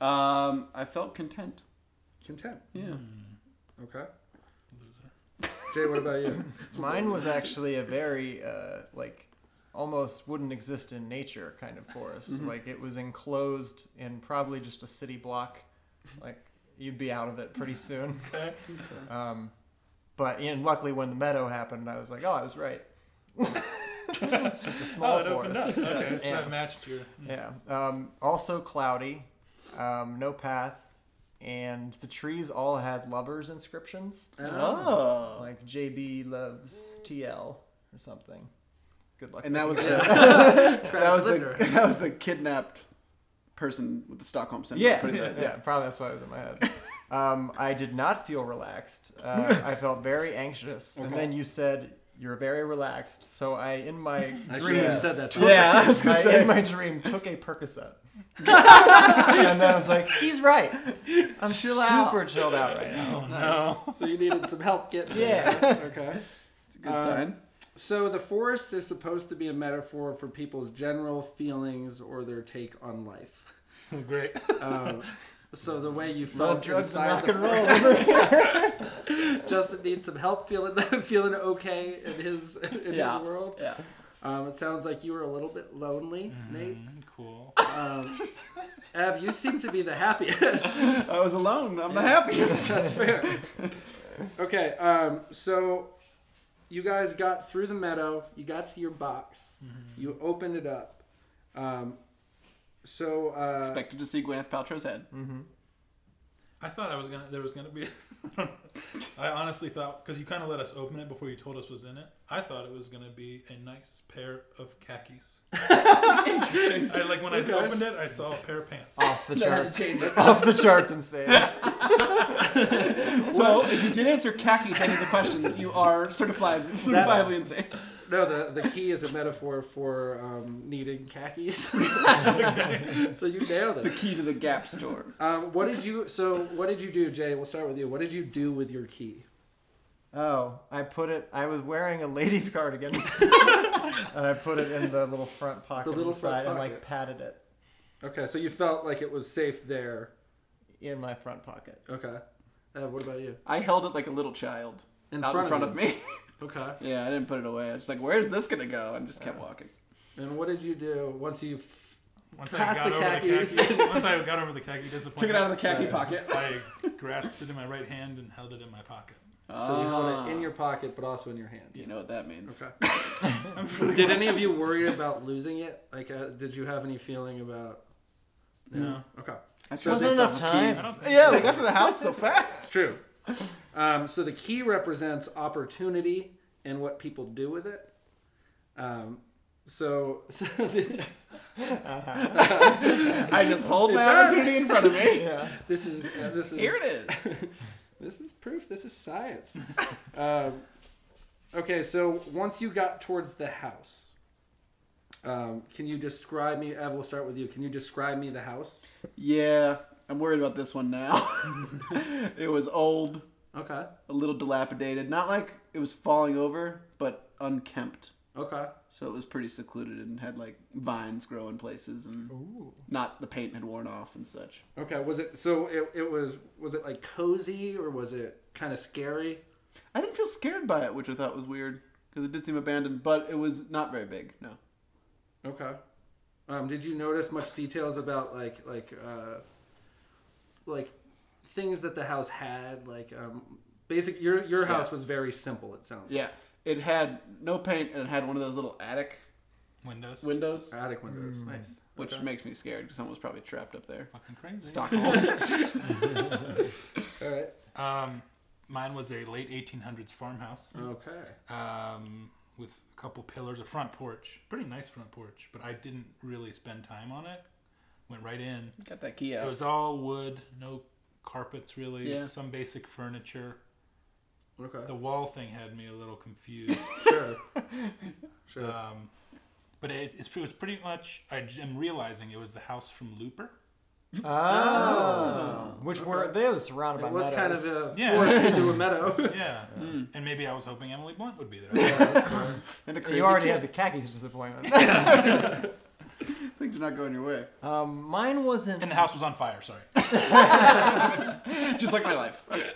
Speaker 6: Um, I felt content.
Speaker 3: Content.
Speaker 6: Yeah.
Speaker 3: Okay. Jay, what about you?
Speaker 4: Mine was actually a very uh, like almost wouldn't exist in nature kind of forest.
Speaker 5: Mm-hmm.
Speaker 4: Like it was enclosed in probably just a city block. Like you'd be out of it pretty soon.
Speaker 5: Okay.
Speaker 4: Um, but and luckily when the meadow happened, I was like, oh, I was right. it's just a small
Speaker 5: Oh, it
Speaker 4: forest.
Speaker 5: opened up. Okay, so
Speaker 4: Yeah.
Speaker 5: that matched your.
Speaker 4: Yeah. Um, also cloudy, um, no path, and the trees all had lovers inscriptions
Speaker 6: Oh.
Speaker 4: like JB loves TL or something. Good luck.
Speaker 6: And that
Speaker 4: with
Speaker 6: was
Speaker 4: it.
Speaker 6: the that was the
Speaker 3: Linder.
Speaker 6: that was the kidnapped person with the Stockholm syndrome.
Speaker 4: yeah,
Speaker 6: putting
Speaker 4: yeah,
Speaker 6: the-
Speaker 4: yeah, Probably that's why it was in my head. Um, I did not feel relaxed. Uh, I felt very anxious. And then you said you're very relaxed. So I, in my
Speaker 3: I should
Speaker 4: dream,
Speaker 3: have said that.
Speaker 6: Yeah, I was gonna
Speaker 4: I,
Speaker 6: say.
Speaker 4: in my dream, took a Percocet. and then I was like, he's right. I'm
Speaker 6: Chill out.
Speaker 4: super chilled out right now.
Speaker 5: No.
Speaker 3: So you needed some help getting
Speaker 4: Yeah.
Speaker 3: there. Okay.
Speaker 6: It's a good
Speaker 3: Uh,
Speaker 6: sign.
Speaker 3: So the forest is supposed to be a metaphor for people's general feelings or their take on life.
Speaker 5: Great.
Speaker 3: Um, so the way you
Speaker 4: Love
Speaker 3: felt
Speaker 4: drugs and
Speaker 3: inside
Speaker 4: rock
Speaker 3: the
Speaker 4: and roll.
Speaker 3: forest. Justin needs some help feeling feeling okay in his in
Speaker 6: Yeah.
Speaker 3: his world.
Speaker 6: Yeah.
Speaker 3: Um, it sounds like you were a little bit lonely, Nate.
Speaker 5: Mm, cool.
Speaker 3: Um, Ev, you seem to be the happiest.
Speaker 6: I was alone. I'm the happiest.
Speaker 3: That's fair. Okay, um, so you guys got through the meadow. You got to your box. You opened it up. Um, so uh,
Speaker 6: Expected to see Gwyneth Paltrow's head.
Speaker 5: I thought I was gonna. There was gonna be. I honestly thought because you kind of let us open it before you told us was in it. I thought it was gonna be a nice pair of khakis. Interesting. I like when
Speaker 3: Okay.
Speaker 5: I opened it, I saw a pair of pants.
Speaker 4: Off the
Speaker 6: had to
Speaker 4: charts.
Speaker 6: change it.
Speaker 4: Off the charts insane.
Speaker 6: So if you did answer khaki to any of the questions, you are certifiably, certifiably insane.
Speaker 3: no, the the key is a metaphor for um, needing khakis. so you nailed
Speaker 6: The
Speaker 3: it.
Speaker 6: key to the Gap store.
Speaker 3: Um, what did you? So what did you do, Jay? We'll start with you. What did you do with your key?
Speaker 4: Oh, I put it. I was wearing a lady's cardigan, and I put it in the little front pocket
Speaker 3: The little
Speaker 4: inside
Speaker 3: front
Speaker 4: and
Speaker 3: pocket.
Speaker 4: like patted it
Speaker 3: Okay, so you felt like it was safe there.
Speaker 4: in my front pocket.
Speaker 3: Okay. Uh, what about you?
Speaker 6: I held it like a little child.
Speaker 3: In
Speaker 6: out in front of,
Speaker 3: you.
Speaker 6: me.
Speaker 3: Okay.
Speaker 6: yeah, I didn't put it away. I was just like, where's this going to go? And just kept walking.
Speaker 3: And what did you do once you? F-
Speaker 5: Once I
Speaker 3: Pass
Speaker 5: got
Speaker 3: the
Speaker 5: over
Speaker 3: khakis.
Speaker 5: the khakis, once I got over the khaki disappointment,
Speaker 6: Took it out of the khaki
Speaker 3: Yeah.
Speaker 6: pocket.
Speaker 5: I grasped it in my right hand and held it in my pocket.
Speaker 3: so you held it in
Speaker 6: Ah,
Speaker 3: your pocket, but also in your hand.
Speaker 6: You know what that means.
Speaker 3: Okay. did any of you worry about losing it? Like, uh, did you have any feeling about?
Speaker 5: No.
Speaker 3: Okay.
Speaker 6: I
Speaker 4: Wasn't enough time.
Speaker 5: I don't think
Speaker 6: Yeah, we got to the house so
Speaker 3: It's
Speaker 6: fast.
Speaker 3: true. Um, so the key represents opportunity and what people do with it. Um, so, so the-
Speaker 6: I just hold my
Speaker 3: It does.
Speaker 6: opportunity in front of me.
Speaker 4: Yeah.
Speaker 3: this is uh, this is
Speaker 6: Here it is.
Speaker 3: this is proof. This is science. um, okay, so once you got towards the house, um, can you describe me? Ev, we'll start with you. Can you describe me the house?
Speaker 6: Yeah, I'm worried about this one now. it was old,
Speaker 3: Okay.
Speaker 6: a little dilapidated. Not like it was falling over, but unkempt.
Speaker 3: Okay.
Speaker 6: So it was pretty secluded and had like vines growing places and not the paint had worn off and such.
Speaker 3: Okay. Was it so? It, it was was it like cozy or was it kind of scary?
Speaker 6: I didn't feel scared by it, which I thought was weird because it did seem abandoned, but it was not very big. No.
Speaker 3: Okay. Um, did you notice much details about like like uh, like things that the house had? Like um, basic. Your your house was very simple. It sounds.
Speaker 6: Yeah, it had no paint and it had one of those little attic
Speaker 5: windows.
Speaker 6: windows,
Speaker 3: Attic windows. Nice.
Speaker 6: which makes me scared because someone was probably trapped up there.
Speaker 5: Fucking crazy.
Speaker 6: Stockholm.
Speaker 3: All right.
Speaker 5: Um, mine was a late 1800s farmhouse
Speaker 3: Okay.
Speaker 5: um, with a couple pillars, a front porch, pretty nice front porch, but I didn't really spend time on it. Went right in.
Speaker 6: Got that key out.
Speaker 5: It was all wood, no carpets really,
Speaker 6: Yeah.
Speaker 5: some basic furniture.
Speaker 3: Okay.
Speaker 5: The wall thing had me a little confused.
Speaker 3: Sure. sure.
Speaker 5: um, but it, it's, it was pretty much, I j- am realizing it was the house from Looper.
Speaker 4: Oh. Which were they were surrounded by
Speaker 3: it was kind
Speaker 4: meadows.
Speaker 3: of Hmm. a
Speaker 5: Yeah.
Speaker 3: forced into a meadow.
Speaker 5: Yeah. And maybe I was hoping Emily Blunt would be there.
Speaker 6: and a
Speaker 4: You already had the khakis disappointment.
Speaker 6: Things are not going your way.
Speaker 4: um, mine wasn't.
Speaker 5: And the house was on fire, sorry.
Speaker 6: Just like my life. Okay.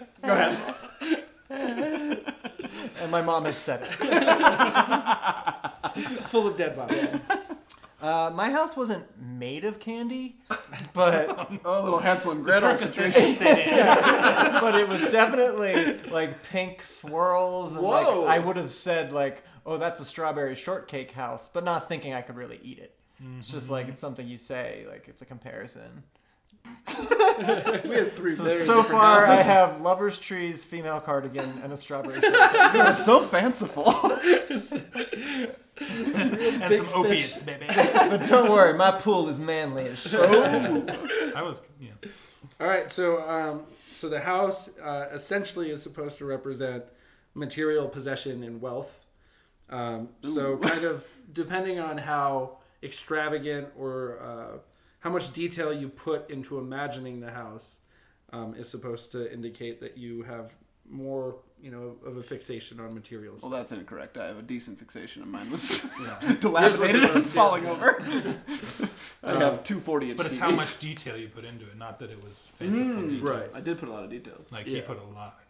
Speaker 4: And my mom had said it.
Speaker 3: full of dead bodies.
Speaker 4: Uh, my house wasn't made of candy, but
Speaker 6: Oh, a little Hansel and Gretel situation.
Speaker 4: but it was definitely like pink swirls. And, like,
Speaker 6: Whoa.
Speaker 4: I would have said like, "Oh, that's a strawberry shortcake house," but not thinking I could really eat it. It's just like it's something you say, like it's a comparison.
Speaker 6: we had three.
Speaker 4: So
Speaker 6: very
Speaker 4: so
Speaker 6: different
Speaker 4: far, I
Speaker 6: houses.
Speaker 4: have lovers' trees, female cardigan, and a strawberry. shortcake.
Speaker 6: That was so fanciful.
Speaker 5: and
Speaker 3: Big
Speaker 5: some
Speaker 3: fish.
Speaker 5: opiates, baby.
Speaker 4: but don't worry, my pool is manly as shit.
Speaker 5: I was, you know,
Speaker 3: All right, so um, so the house uh, essentially is supposed to represent material possession and wealth. Um, so kind of depending on how extravagant or uh, how much detail you put into imagining the house um, is supposed to indicate that you have more, you know, of a fixation on materials.
Speaker 6: well, that's incorrect. I have a decent fixation, and mine was
Speaker 3: Yeah.
Speaker 6: dilapidated
Speaker 3: Yours
Speaker 6: and
Speaker 3: was the
Speaker 6: falling
Speaker 3: most,
Speaker 6: over. I have two 40 inch
Speaker 5: but it's
Speaker 6: TVs.
Speaker 5: how much detail you put into it, not that it was fanciful details.
Speaker 3: Hmm, right.
Speaker 6: I did put a lot of details.
Speaker 5: Like
Speaker 3: Yeah.
Speaker 5: he put a lot.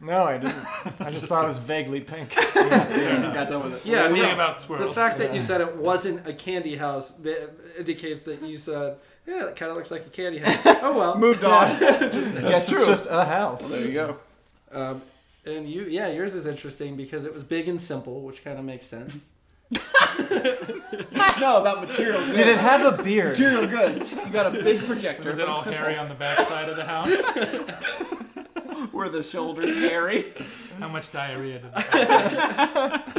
Speaker 4: No, I didn't. I just thought it was vaguely pink.
Speaker 6: Got done with it.
Speaker 3: Yeah,
Speaker 5: Something
Speaker 3: no.
Speaker 5: about
Speaker 3: The
Speaker 5: squirrels.
Speaker 3: fact that you said it wasn't a candy house b- indicates that you said, yeah, it kind of looks like a candy house. oh well.
Speaker 6: Moved on.
Speaker 4: Yes,
Speaker 6: true.
Speaker 4: it's just a house.
Speaker 6: There you go.
Speaker 3: Um, And you, yeah, yours is interesting because it was big and simple, which kind of makes sense.
Speaker 6: no, about material goods.
Speaker 4: Did it have a beard?
Speaker 6: material goods? You got a big projector.
Speaker 5: Was it
Speaker 6: but
Speaker 5: all
Speaker 6: simple.
Speaker 5: hairy on the backside of the house?
Speaker 6: Were the shoulders hairy?
Speaker 5: How much diarrhea did they have?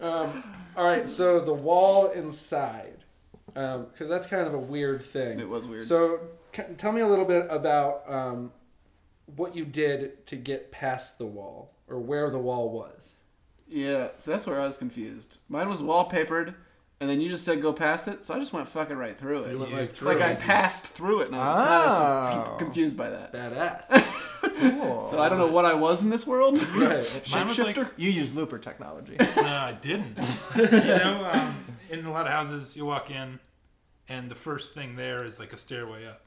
Speaker 3: Um, all right, so the wall inside, because that's kind of a weird thing.
Speaker 6: It was weird.
Speaker 3: So, c- tell me a little bit about um, what you did to get past the wall, or where the wall was.
Speaker 6: Yeah, so that's where I was confused. Mine was wallpapered, and then you just said go past it, so I just went fucking right through it.
Speaker 3: went right through
Speaker 6: Like I
Speaker 3: it.
Speaker 6: passed through it, and I was kind of
Speaker 4: Oh.
Speaker 6: so confused by that.
Speaker 3: Badass.
Speaker 4: Cool.
Speaker 6: So I don't know what I was in this world.
Speaker 3: Right.
Speaker 5: Mine was like,
Speaker 4: You use looper technology.
Speaker 5: no, I didn't. you know, um, in a lot of houses, you walk in, and the first thing there is like a stairway up.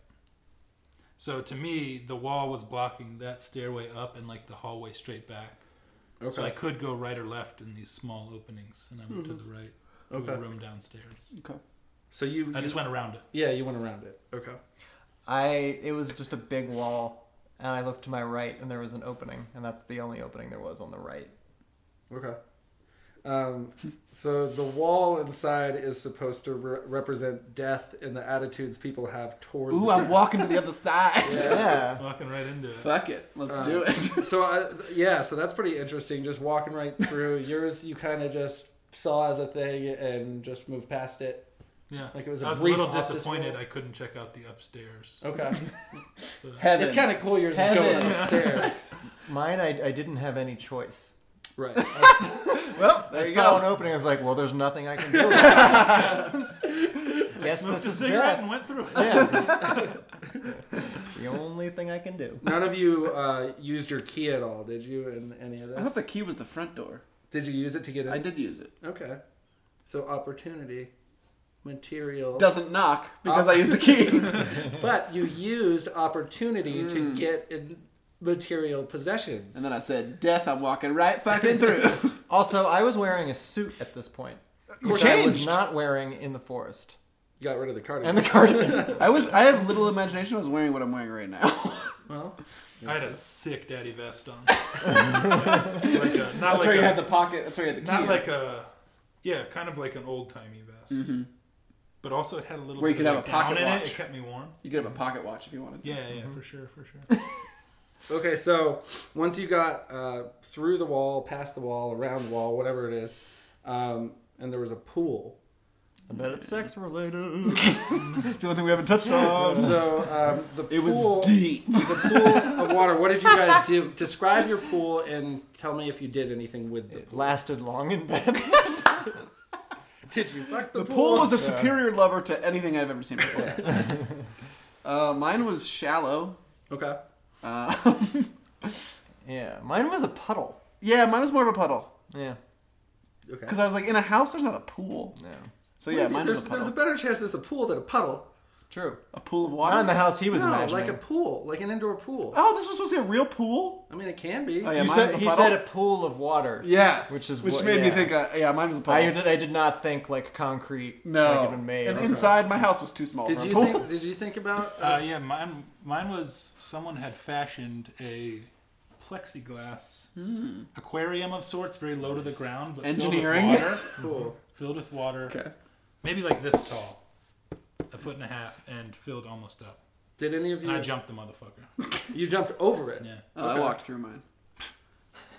Speaker 5: So to me, the wall was blocking that stairway up and like the hallway straight back. So I
Speaker 3: Okay.
Speaker 5: could go right or left in these small openings, and I went to the right to a
Speaker 3: Okay.
Speaker 5: room downstairs.
Speaker 3: So you,
Speaker 5: I just went around it.
Speaker 3: yeah, you went around it. Okay.
Speaker 4: I it was just a big wall, and I looked to my right, and there was an opening, and that's the only opening there was on the right.
Speaker 3: Okay. Um, so the wall inside is supposed to re- represent death and the attitudes people have towards.
Speaker 6: Ooh, I'm walking to the other side.
Speaker 4: Yeah.
Speaker 5: Walking right into it.
Speaker 6: Fuck it, let's do it.
Speaker 3: so I, yeah, so that's pretty interesting. Just walking right through yours, you kind of just saw as a thing and just moved past it.
Speaker 5: Yeah.
Speaker 3: Like it was a
Speaker 5: I was a
Speaker 3: brief
Speaker 5: little
Speaker 3: office
Speaker 5: disappointed
Speaker 3: wall.
Speaker 5: I couldn't check out the upstairs.
Speaker 3: Okay,
Speaker 6: Heaven.
Speaker 3: it's kind of cool. Yours is going
Speaker 6: Heaven.
Speaker 3: upstairs,
Speaker 4: Mine, I, I didn't have any choice.
Speaker 3: right? That's-
Speaker 4: Well, I
Speaker 6: you
Speaker 4: saw an
Speaker 6: go.
Speaker 4: opening. I was like, well, there's nothing I can do. About it. Guess
Speaker 5: Smoked
Speaker 4: this
Speaker 5: a
Speaker 4: is
Speaker 5: cigarette
Speaker 4: death.
Speaker 5: and went through it.
Speaker 4: Yeah. the only thing I can do.
Speaker 3: None of you uh, used your key at all, did you? In any of
Speaker 6: I
Speaker 3: that?
Speaker 6: thought the key was the front door.
Speaker 3: Did you use it to get in?
Speaker 6: I did use it.
Speaker 3: Okay, so opportunity, material.
Speaker 6: Doesn't knock
Speaker 5: Oh.
Speaker 6: because I used the key.
Speaker 3: But you used opportunity to get in material possessions.
Speaker 6: Mm. and then I said, "Death, I'm walking right fucking through."
Speaker 4: Also, I was wearing a suit at this point, which I was not wearing in the forest.
Speaker 3: you got rid of the cardigan.
Speaker 4: And the cardigan.
Speaker 6: I was. I have little imagination. I was wearing what I'm wearing right now.
Speaker 3: well,
Speaker 5: I had a sick daddy vest on. like a, not like a,
Speaker 6: the pocket. That's where you had the
Speaker 5: not like a yeah, kind of like an old timey vest. But also it had a little
Speaker 6: Mm-hmm. Where you
Speaker 5: bit
Speaker 6: could
Speaker 5: of
Speaker 6: have
Speaker 5: like
Speaker 6: a pocket
Speaker 5: down in it.
Speaker 6: watch. Mm-hmm.
Speaker 5: It kept me warm.
Speaker 6: You could have a pocket watch if you wanted. to.
Speaker 5: Yeah, yeah, for sure, for sure.
Speaker 3: okay, so once you got uh, through the wall, past the wall, around the wall, whatever it is, um, and there was a pool.
Speaker 4: I bet it's sex related.
Speaker 6: It's the one thing we haven't touched on.
Speaker 3: So um, the
Speaker 6: It was
Speaker 3: pool,
Speaker 6: deep.
Speaker 3: the pool of water. What did you guys do? Describe your pool and tell me if you did anything with the
Speaker 4: It
Speaker 3: pool.
Speaker 4: lasted long in bed.
Speaker 3: Did you fuck
Speaker 6: The pool was a superior lover to anything I've ever seen before. uh, mine was shallow.
Speaker 3: Okay.
Speaker 6: Uh,
Speaker 4: Yeah, mine was a puddle.
Speaker 6: yeah, mine was more of a puddle
Speaker 4: Yeah.
Speaker 3: Okay.
Speaker 6: because I was like, in a house, there's not a pool.
Speaker 4: No.
Speaker 6: So yeah, mine was
Speaker 3: there's,
Speaker 6: a
Speaker 3: there's
Speaker 6: puddle.
Speaker 3: a
Speaker 6: A,
Speaker 3: better chance there's a pool than a puddle.
Speaker 4: True.
Speaker 6: pool of
Speaker 4: Not in
Speaker 6: water.
Speaker 4: the house he was
Speaker 3: no,
Speaker 4: imagining.
Speaker 3: like a pool, like an indoor pool.
Speaker 6: Oh, this was supposed to be a real pool.
Speaker 3: I mean, it can be.
Speaker 6: Oh yeah,
Speaker 4: You
Speaker 6: mine
Speaker 4: said-
Speaker 6: was a
Speaker 4: he
Speaker 6: puddle.
Speaker 4: said a pool of water.
Speaker 6: yes,
Speaker 4: Which is
Speaker 6: which
Speaker 4: what-
Speaker 6: made me
Speaker 4: yeah.
Speaker 6: think. Uh, yeah, mine was a
Speaker 4: I
Speaker 6: puddle.
Speaker 4: did, I did not think like concrete
Speaker 6: no,
Speaker 4: like it had been made.
Speaker 6: and inside my house was too small
Speaker 3: Did
Speaker 6: for
Speaker 3: you
Speaker 6: a pool.
Speaker 3: think? Did you think about? Uh,
Speaker 5: uh, yeah, mine mine was someone had fashioned a plexiglass aquarium of sorts, very low to the ground, but
Speaker 6: Hmm.
Speaker 5: filled
Speaker 6: Engineering.
Speaker 5: with water,
Speaker 3: cool.
Speaker 5: filled with water,
Speaker 6: Okay.
Speaker 5: maybe like this tall, a foot and a half, and filled almost up.
Speaker 3: Did any of you?
Speaker 5: And I jumped the motherfucker.
Speaker 3: You jumped over it.
Speaker 5: Yeah.
Speaker 6: Oh, I walked through mine.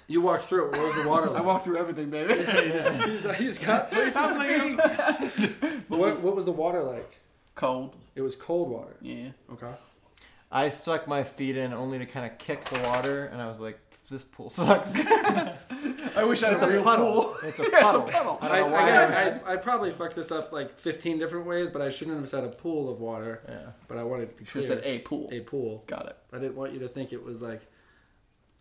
Speaker 3: You walked through it. What was the water
Speaker 6: I
Speaker 3: like?
Speaker 6: walked through everything, baby.
Speaker 3: he's, he's got places to be. what, what was the water like?
Speaker 6: Cold.
Speaker 3: It was cold water.
Speaker 6: Yeah.
Speaker 3: Okay.
Speaker 4: I stuck my feet in only to kind of kick the water, and I was like, "This pool sucks."
Speaker 6: I wish I had
Speaker 4: It's a
Speaker 6: a real
Speaker 4: puddle.
Speaker 6: pool.
Speaker 4: It's a
Speaker 6: Yeah, it's a
Speaker 4: puddle.
Speaker 6: puddle.
Speaker 3: I, I,
Speaker 4: know why I
Speaker 3: guess I, I probably fucked this up like 15 different ways, but I shouldn't have said a pool of water.
Speaker 4: Yeah.
Speaker 3: But I wanted to be clear.
Speaker 6: Should have said a pool.
Speaker 3: a pool.
Speaker 6: Got it.
Speaker 3: I didn't want you to think it was like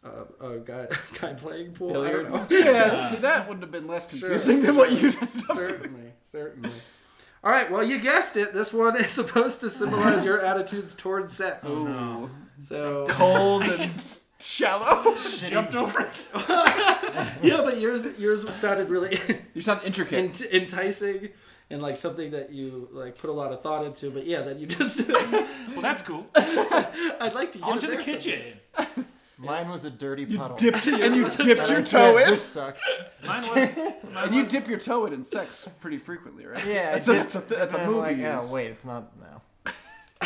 Speaker 3: uh, a guy guy playing pool. I
Speaker 4: Billiards.
Speaker 3: don't know.
Speaker 6: Yeah, so that wouldn't have been less
Speaker 3: Sure.
Speaker 6: confusing than what you did.
Speaker 3: certainly, certainly. All right. Well, you guessed it. This one is supposed to symbolize your attitudes towards sex.
Speaker 6: No.
Speaker 3: So
Speaker 6: Cold and shallow.
Speaker 5: Jumped over it.
Speaker 3: yeah, but yours yours sounded really
Speaker 6: You sound intricate.
Speaker 3: ent- enticing and like something that you like put a lot of thought into. But yeah, that you just
Speaker 5: Well, that's cool.
Speaker 3: I'd like to get
Speaker 5: On to
Speaker 3: it
Speaker 5: the
Speaker 3: there
Speaker 5: kitchen.
Speaker 4: Mine was a dirty puddle.
Speaker 6: Dipped and you
Speaker 4: And
Speaker 6: dipped
Speaker 4: I
Speaker 6: your
Speaker 4: said,
Speaker 6: toe in.
Speaker 4: This sucks.
Speaker 5: Mine was. Mine
Speaker 6: And you
Speaker 5: was-
Speaker 6: dip your toe in in sex pretty frequently, right?
Speaker 4: Yeah, I
Speaker 6: that's a,
Speaker 4: did.
Speaker 6: that's a, that's
Speaker 4: And
Speaker 6: a
Speaker 4: I'm
Speaker 6: movie.
Speaker 4: Like, yeah,
Speaker 6: use.
Speaker 4: wait, it's not no.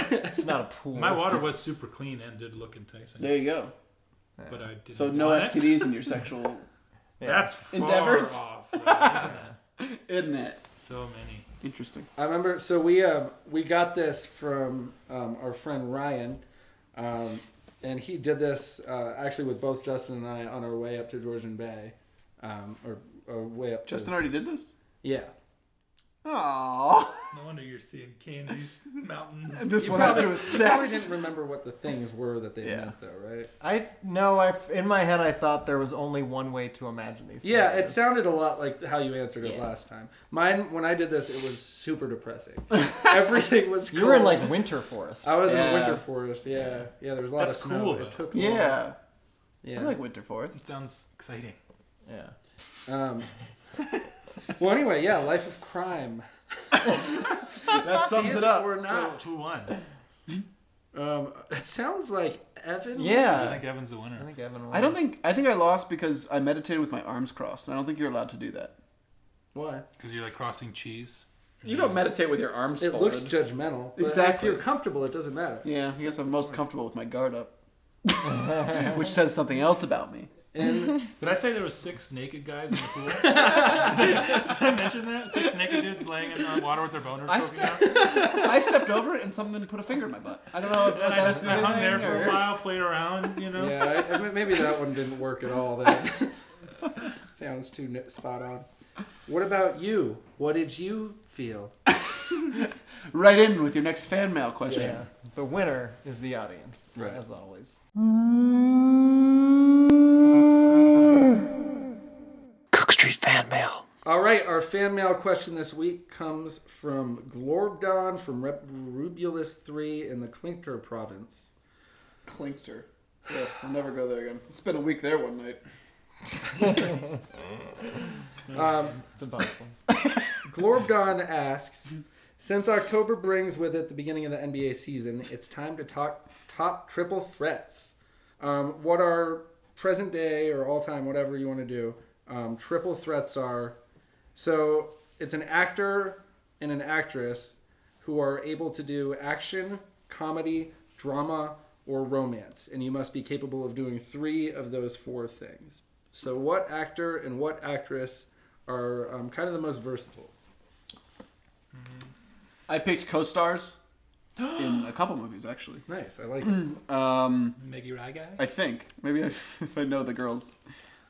Speaker 4: It's not a pool.
Speaker 5: My water was super clean and did look enticing,
Speaker 6: There you go.
Speaker 5: but I didn't.
Speaker 6: So no
Speaker 5: want it.
Speaker 6: STDs in your sexual,
Speaker 5: That's far
Speaker 6: Endeavors?
Speaker 5: off, though, isn't it?
Speaker 6: isn't it?
Speaker 5: So many.
Speaker 6: Interesting.
Speaker 3: I remember. So we um we got this from um, our friend Ryan, um, and he did this uh, actually with both Justin and I on our way up to Georgian Bay, um, or, or way up.
Speaker 6: Justin
Speaker 3: to,
Speaker 6: already did this.
Speaker 3: yeah.
Speaker 6: Aww.
Speaker 5: No wonder you're seeing candies, mountains.
Speaker 6: And this one has to do with
Speaker 3: Probably
Speaker 6: sex.
Speaker 3: didn't remember what the things were that they
Speaker 6: Yeah.
Speaker 3: meant though, right?
Speaker 4: I no. I in my head I thought there was only one way to imagine these.
Speaker 3: Yeah, it
Speaker 4: scenarios.
Speaker 3: sounded a lot like how you answered it
Speaker 7: Yeah.
Speaker 3: last time. Mine, when I did this, it was super depressing. Everything was.
Speaker 4: You were in
Speaker 3: cold.
Speaker 4: like winter forest.
Speaker 3: I was in
Speaker 6: Yeah.
Speaker 3: winter forest. Yeah, yeah. There was a lot
Speaker 5: That's
Speaker 3: of snow.
Speaker 5: cool,
Speaker 3: it
Speaker 5: though.
Speaker 3: took. a while.
Speaker 6: Yeah.
Speaker 3: yeah.
Speaker 6: I like Winterforth.
Speaker 5: It sounds exciting.
Speaker 4: yeah.
Speaker 3: Um, well, anyway, yeah, life of crime.
Speaker 6: That sums it up.
Speaker 3: Or not.
Speaker 5: Two one.
Speaker 3: Um, it sounds like Evan.
Speaker 5: I
Speaker 4: Yeah.
Speaker 5: think Evan's the winner.
Speaker 4: I think Evan. Won.
Speaker 6: I don't think I think I lost because I meditated with my arms crossed, and I don't think you're allowed to do that.
Speaker 3: Why?
Speaker 5: Because you're like crossing cheese.
Speaker 6: You don't meditate with your arms
Speaker 3: It looks judgmental. But
Speaker 6: Exactly.
Speaker 3: If you're comfortable, it doesn't matter.
Speaker 6: yeah, I guess I'm most comfortable with my guard up, which says something else about me.
Speaker 3: And
Speaker 5: Did I say there was six naked guys in the pool? Did I mention that? Six naked dudes laying in the water with their boners
Speaker 6: I
Speaker 5: poking
Speaker 6: st-
Speaker 5: out.
Speaker 6: I stepped over it, and someone put a finger in my butt. I don't know if
Speaker 5: Then
Speaker 6: that
Speaker 5: I,
Speaker 6: has to do
Speaker 5: I
Speaker 6: with
Speaker 5: hung there
Speaker 6: anything.
Speaker 5: for a
Speaker 6: Or...
Speaker 5: while, played around, you know.
Speaker 3: yeah, I, I mean, maybe that one didn't work at all. Then sounds too ni- spot on. What about you? What did you feel?
Speaker 6: Right in with your next fan mail question.
Speaker 4: Yeah. The winner is the audience,
Speaker 3: Right.
Speaker 4: as always.
Speaker 3: All right, our fan mail question this week comes from Glorbdon from Rep- Rubulus Three in the Clinkter Province.
Speaker 6: Clinkter. Yeah, I'll never go there again. Spent a week there one night.
Speaker 3: Um,
Speaker 4: It's a buffalo.
Speaker 3: Glorbdon asks, since October brings with it the beginning of the NBA season, it's time to talk top triple threats. Um, what are present day or all time, whatever you want to do, um, triple threats are. So it's an actor and an actress who are able to do action, comedy, drama, or romance, and you must be capable of doing three of those four things. So, what actor and what actress are um, kind of the most versatile?
Speaker 6: I picked co-stars in a couple movies actually.
Speaker 3: Nice, I like it.
Speaker 6: Um,
Speaker 5: Maggie Rye guy.
Speaker 6: I think maybe I, if I know the girls,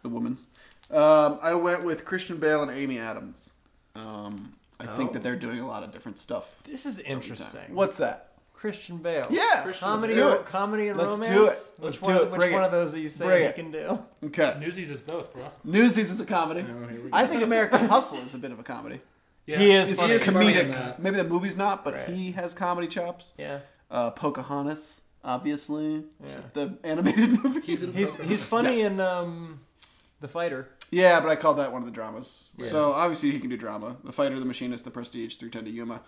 Speaker 6: the women's. Um, I went with Christian Bale and Amy Adams. Um, I think
Speaker 3: Oh.
Speaker 6: that they're doing a lot of different stuff.
Speaker 4: This is
Speaker 6: every time.
Speaker 4: interesting.
Speaker 6: What's that?
Speaker 4: Christian Bale?
Speaker 6: Yeah,
Speaker 4: Comedy,
Speaker 6: let's do it.
Speaker 4: comedy and
Speaker 6: Let's
Speaker 4: romance.
Speaker 6: do it. Let's
Speaker 4: which
Speaker 6: do
Speaker 4: one,
Speaker 6: it.
Speaker 4: Which
Speaker 6: Bring
Speaker 4: one
Speaker 6: it.
Speaker 4: of those are you saying
Speaker 6: Bring
Speaker 4: you
Speaker 6: it.
Speaker 4: can do?
Speaker 6: Okay.
Speaker 5: Newsies is both, bro.
Speaker 6: Newsies is a comedy.
Speaker 3: Oh, here we go.
Speaker 6: I think American Hustle is a bit of a comedy.
Speaker 5: Yeah.
Speaker 4: He is
Speaker 6: It's
Speaker 4: funny.
Speaker 3: funny in
Speaker 6: comedic.
Speaker 3: that.
Speaker 6: Maybe the movie's not, but
Speaker 4: Right.
Speaker 6: he has comedy chops.
Speaker 4: Yeah.
Speaker 6: Uh, Pocahontas, obviously.
Speaker 4: Yeah.
Speaker 6: The animated movie.
Speaker 3: He's in-
Speaker 4: He's he's funny in um, the fighter.
Speaker 6: Yeah, but I called that one of the dramas. So obviously he can do drama. The Fighter, The Machinist, The Prestige, 310 to Yuma.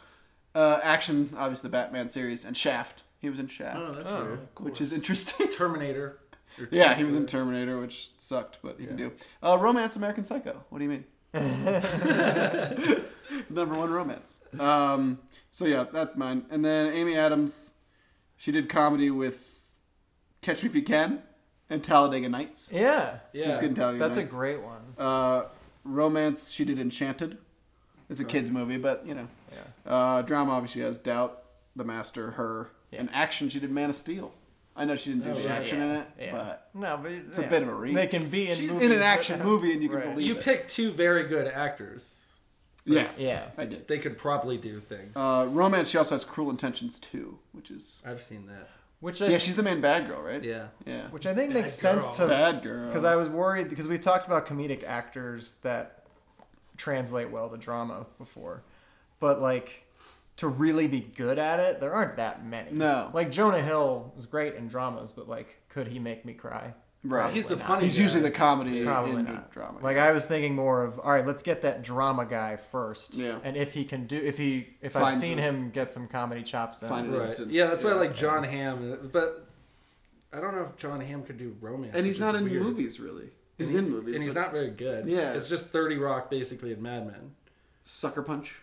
Speaker 6: Uh, action, obviously the Batman series, and Shaft. He was in Shaft,
Speaker 3: Oh, that's
Speaker 4: Oh.
Speaker 3: weird.
Speaker 6: which is interesting.
Speaker 3: Terminator. Or
Speaker 6: yeah, he was in Terminator, which sucked, but he can do. Uh, romance, American Psycho. What do you mean? Number one romance. Um, so yeah, that's mine. And then Amy Adams, she did comedy with Catch Me If You Can and Talladega Nights.
Speaker 4: Yeah.
Speaker 3: Yeah.
Speaker 6: She was good in Talladega
Speaker 4: That's a
Speaker 6: Nights.
Speaker 4: great one.
Speaker 6: Uh, romance, she did Enchanted. It's a kids movie, but you know.
Speaker 4: Yeah.
Speaker 6: Uh, drama obviously has Doubt, The Master, Her,
Speaker 4: Yeah.
Speaker 6: and action. She did Man of Steel. I know she didn't do
Speaker 3: Oh,
Speaker 6: the
Speaker 3: yeah.
Speaker 6: action in it,
Speaker 4: Yeah.
Speaker 6: but
Speaker 4: no, but it's
Speaker 6: a bit of a reach.
Speaker 4: They can be in
Speaker 6: she's
Speaker 4: movies
Speaker 6: in an
Speaker 4: that
Speaker 6: action
Speaker 4: have-
Speaker 6: movie, and you can
Speaker 4: Right.
Speaker 6: believe
Speaker 3: You
Speaker 6: it.
Speaker 3: picked two very good actors.
Speaker 6: yes,
Speaker 4: Yeah.
Speaker 6: I did.
Speaker 3: They could probably do things.
Speaker 6: Uh, romance. She also has Cruel Intentions too, which is
Speaker 3: I've seen that.
Speaker 4: Which I,
Speaker 6: yeah, she's the main bad girl, right?
Speaker 3: Yeah.
Speaker 6: yeah,
Speaker 4: which I think
Speaker 5: Bad
Speaker 4: makes sense
Speaker 5: girl.
Speaker 4: to
Speaker 6: bad girl.
Speaker 4: because I was worried because we talked about comedic actors that translate well to drama before, but like to really be good at it, there aren't that many.
Speaker 6: No.
Speaker 4: like Jonah Hill was great in dramas, but like, could he make me cry?
Speaker 6: right.
Speaker 3: He's
Speaker 6: He's,
Speaker 3: the
Speaker 4: not.
Speaker 3: funny. guy.
Speaker 6: usually the comedy
Speaker 4: Probably
Speaker 6: in
Speaker 4: not.
Speaker 6: drama.
Speaker 4: Like I was thinking more of, all right, let's get that drama guy first.
Speaker 6: Yeah.
Speaker 4: And if he can do, if he, if I've
Speaker 6: Find
Speaker 4: seen
Speaker 6: it.
Speaker 4: him get some comedy chops, in,
Speaker 6: Find it.
Speaker 3: right.
Speaker 6: instance,
Speaker 3: Yeah, that's why I
Speaker 6: yeah.
Speaker 3: like John Hamm. But I don't know if John Hamm could do romance.
Speaker 6: And
Speaker 3: which
Speaker 6: he's
Speaker 3: is
Speaker 6: not in
Speaker 3: weird.
Speaker 6: movies really. He's
Speaker 3: And
Speaker 6: in
Speaker 3: he-
Speaker 6: movies.
Speaker 3: and he's
Speaker 6: but
Speaker 3: not very good.
Speaker 6: Yeah.
Speaker 3: it's just Thirty Rock basically in Mad Men.
Speaker 6: Sucker Punch.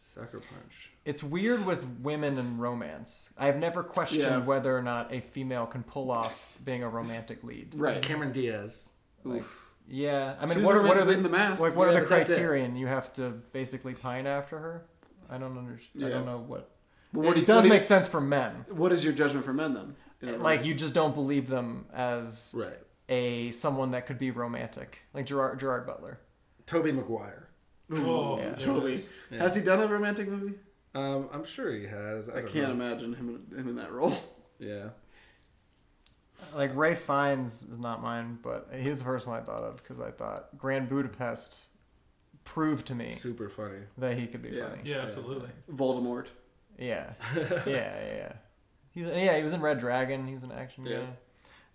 Speaker 3: Sucker Punch.
Speaker 4: It's weird with women and romance. I've never questioned
Speaker 6: Yeah.
Speaker 4: whether or not a female can pull off being a romantic lead.
Speaker 6: Right.
Speaker 3: Cameron Diaz.
Speaker 6: Oof.
Speaker 4: Yeah, I mean,
Speaker 6: She's
Speaker 4: what are, what
Speaker 6: romantic
Speaker 4: are the,
Speaker 6: lead in The Mask.
Speaker 4: Like, what
Speaker 3: Yeah,
Speaker 4: are the
Speaker 3: but that's it.
Speaker 4: criterion? You have to basically pine after her. I don't understand. I
Speaker 6: Yeah.
Speaker 4: don't know what.
Speaker 6: But what
Speaker 4: it
Speaker 6: do you-
Speaker 4: does
Speaker 6: what do you-
Speaker 4: make sense for men.
Speaker 6: What is your judgment for men then? In other
Speaker 4: Like
Speaker 6: words.
Speaker 4: you just don't believe them as
Speaker 3: Right.
Speaker 4: a someone that could be romantic, like Gerard Gerard Butler.
Speaker 3: Toby Maguire.
Speaker 5: Oh,
Speaker 4: yeah.
Speaker 5: there it
Speaker 6: Toby.
Speaker 5: is.
Speaker 6: Has he done a romantic movie?
Speaker 3: Um, I'm sure he has. I,
Speaker 6: I
Speaker 3: don't
Speaker 6: can't
Speaker 3: Know.
Speaker 6: imagine him him in that role.
Speaker 3: Yeah.
Speaker 4: Like Ray Fiennes is not mine, but he was the first one I thought of because I thought Grand Budapest proved to me
Speaker 3: Super funny.
Speaker 4: that he could be
Speaker 6: Yeah.
Speaker 4: funny.
Speaker 5: Yeah, absolutely.
Speaker 6: Voldemort.
Speaker 4: Yeah, yeah, yeah. yeah. He's yeah. He was in Red Dragon. He was an action
Speaker 6: Yeah.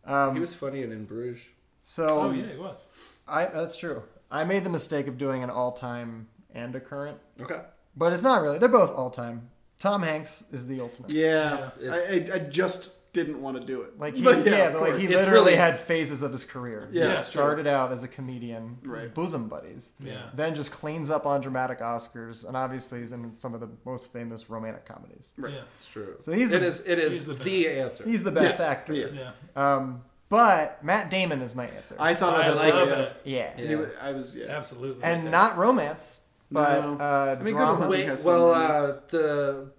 Speaker 4: guy. Um,
Speaker 3: He was funny in In Bruges.
Speaker 4: so
Speaker 5: Oh, yeah, he was.
Speaker 4: I that's true. I made the mistake of doing an all-time and a current,
Speaker 3: Okay.
Speaker 4: but it's not really. They're both all-time. Tom Hanks is the ultimate.
Speaker 6: Yeah. I, I,
Speaker 3: It's-
Speaker 6: I just didn't want to do it.
Speaker 4: Like he,
Speaker 6: But
Speaker 4: yeah,
Speaker 6: of
Speaker 4: but like he
Speaker 6: course.
Speaker 3: It's
Speaker 4: literally
Speaker 3: really-
Speaker 4: had phases of his career.
Speaker 6: Yeah.
Speaker 4: he just started out as a comedian, his
Speaker 6: Right.
Speaker 4: bosom buddies.
Speaker 5: Yeah.
Speaker 4: Then just cleans up on dramatic Oscars, and obviously he's in some of the most famous romantic comedies.
Speaker 6: Right.
Speaker 5: Yeah.
Speaker 3: It's true.
Speaker 4: So he's
Speaker 3: it
Speaker 4: the-
Speaker 3: is. It is
Speaker 5: he's
Speaker 3: the,
Speaker 5: the
Speaker 3: answer.
Speaker 4: He's the best actor.
Speaker 6: Yeah.
Speaker 5: Yeah.
Speaker 4: Um, but Matt Damon is my answer.
Speaker 6: I thought
Speaker 5: I
Speaker 6: I,
Speaker 5: like
Speaker 6: love
Speaker 5: it.
Speaker 4: yeah.
Speaker 3: Yeah.
Speaker 6: He was, I was yeah.
Speaker 5: Absolutely.
Speaker 4: and not romance, but
Speaker 6: No.
Speaker 4: uh,
Speaker 6: I mean, Good
Speaker 4: drama.
Speaker 6: Will Hunting
Speaker 3: Wait,
Speaker 6: has some
Speaker 3: well, uh,
Speaker 6: romance.
Speaker 3: the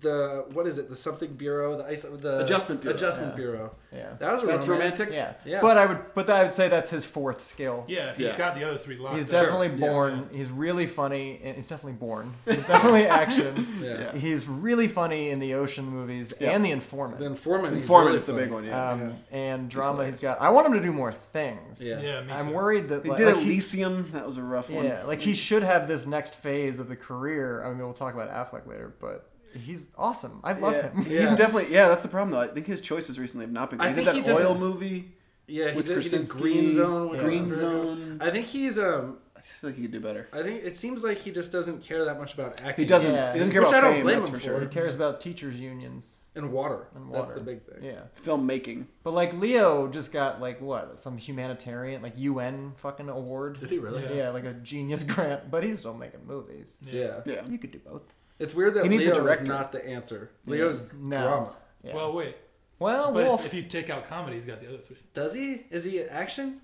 Speaker 3: the what is it? The something bureau, the ice, the
Speaker 6: Adjustment Bureau.
Speaker 3: adjustment
Speaker 4: Yeah.
Speaker 3: bureau.
Speaker 4: Yeah.
Speaker 3: That was a
Speaker 6: That's
Speaker 3: romance.
Speaker 6: romantic?
Speaker 4: Yeah.
Speaker 3: Yeah.
Speaker 4: But I would but I would say that's his fourth skill.
Speaker 5: yeah, he's
Speaker 6: Yeah.
Speaker 5: got the other three locks.
Speaker 4: He's
Speaker 5: Sure.
Speaker 4: definitely
Speaker 6: Yeah.
Speaker 4: born. He's really funny. and He's definitely born. He's definitely action.
Speaker 3: Yeah.
Speaker 6: Yeah.
Speaker 4: He's really funny in the ocean movies
Speaker 6: Yeah.
Speaker 4: and the
Speaker 3: The
Speaker 4: informant.
Speaker 3: informant. is
Speaker 6: Informant
Speaker 3: really
Speaker 6: is the
Speaker 3: funny.
Speaker 6: big one, yeah.
Speaker 4: Um, and drama
Speaker 6: hilarious.
Speaker 4: he's got. I want him to do more things.
Speaker 3: Yeah.
Speaker 5: Yeah, me
Speaker 4: I'm
Speaker 5: too.
Speaker 4: worried that
Speaker 6: they
Speaker 4: like,
Speaker 6: did
Speaker 4: like, he-
Speaker 6: Elysium. that was a rough one.
Speaker 4: Yeah, like he should have this next phase of the career. I mean, we'll talk about Affleck later, but he's awesome. I love
Speaker 6: Yeah.
Speaker 4: him.
Speaker 3: Yeah.
Speaker 6: He's definitely yeah. That's the problem though. I think his choices recently have not been.
Speaker 3: I
Speaker 6: Great. He did
Speaker 3: think
Speaker 6: that
Speaker 3: he
Speaker 6: oil
Speaker 3: doesn't-
Speaker 6: movie
Speaker 3: Yeah, he
Speaker 6: with
Speaker 3: did, he did
Speaker 6: Krasinski.
Speaker 3: Green Zone. which
Speaker 6: Green
Speaker 3: was very good.
Speaker 6: Zone.
Speaker 3: I think he's um.
Speaker 6: I just feel like he could do better.
Speaker 3: I think it seems like he just doesn't care that much about acting.
Speaker 6: He doesn't.
Speaker 4: Yeah.
Speaker 6: He doesn't care
Speaker 3: Which I
Speaker 6: about
Speaker 3: don't
Speaker 6: fame.
Speaker 3: blame
Speaker 6: That's
Speaker 3: him
Speaker 6: for
Speaker 3: for.
Speaker 4: He
Speaker 6: sure.
Speaker 4: cares about teachers' unions.
Speaker 3: And water.
Speaker 4: And water.
Speaker 3: That's the big thing.
Speaker 4: Yeah.
Speaker 6: Filmmaking.
Speaker 4: But like Leo just got like what some humanitarian like UN fucking award.
Speaker 3: Did he really?
Speaker 4: Yeah.
Speaker 5: Yeah.
Speaker 4: like a genius grant. But he's still making movies.
Speaker 3: Yeah.
Speaker 6: Yeah.
Speaker 4: You could do both.
Speaker 3: It's weird that
Speaker 6: He needs a
Speaker 3: Leo is
Speaker 6: director.
Speaker 3: not the answer. Leo's
Speaker 4: No.
Speaker 3: drama.
Speaker 4: Yeah.
Speaker 5: Well,
Speaker 4: Well,
Speaker 5: wait.
Speaker 4: well,
Speaker 5: But it's-
Speaker 4: Wolf.
Speaker 5: if you take out comedy, he's got the other three.
Speaker 3: Does he? Is he action?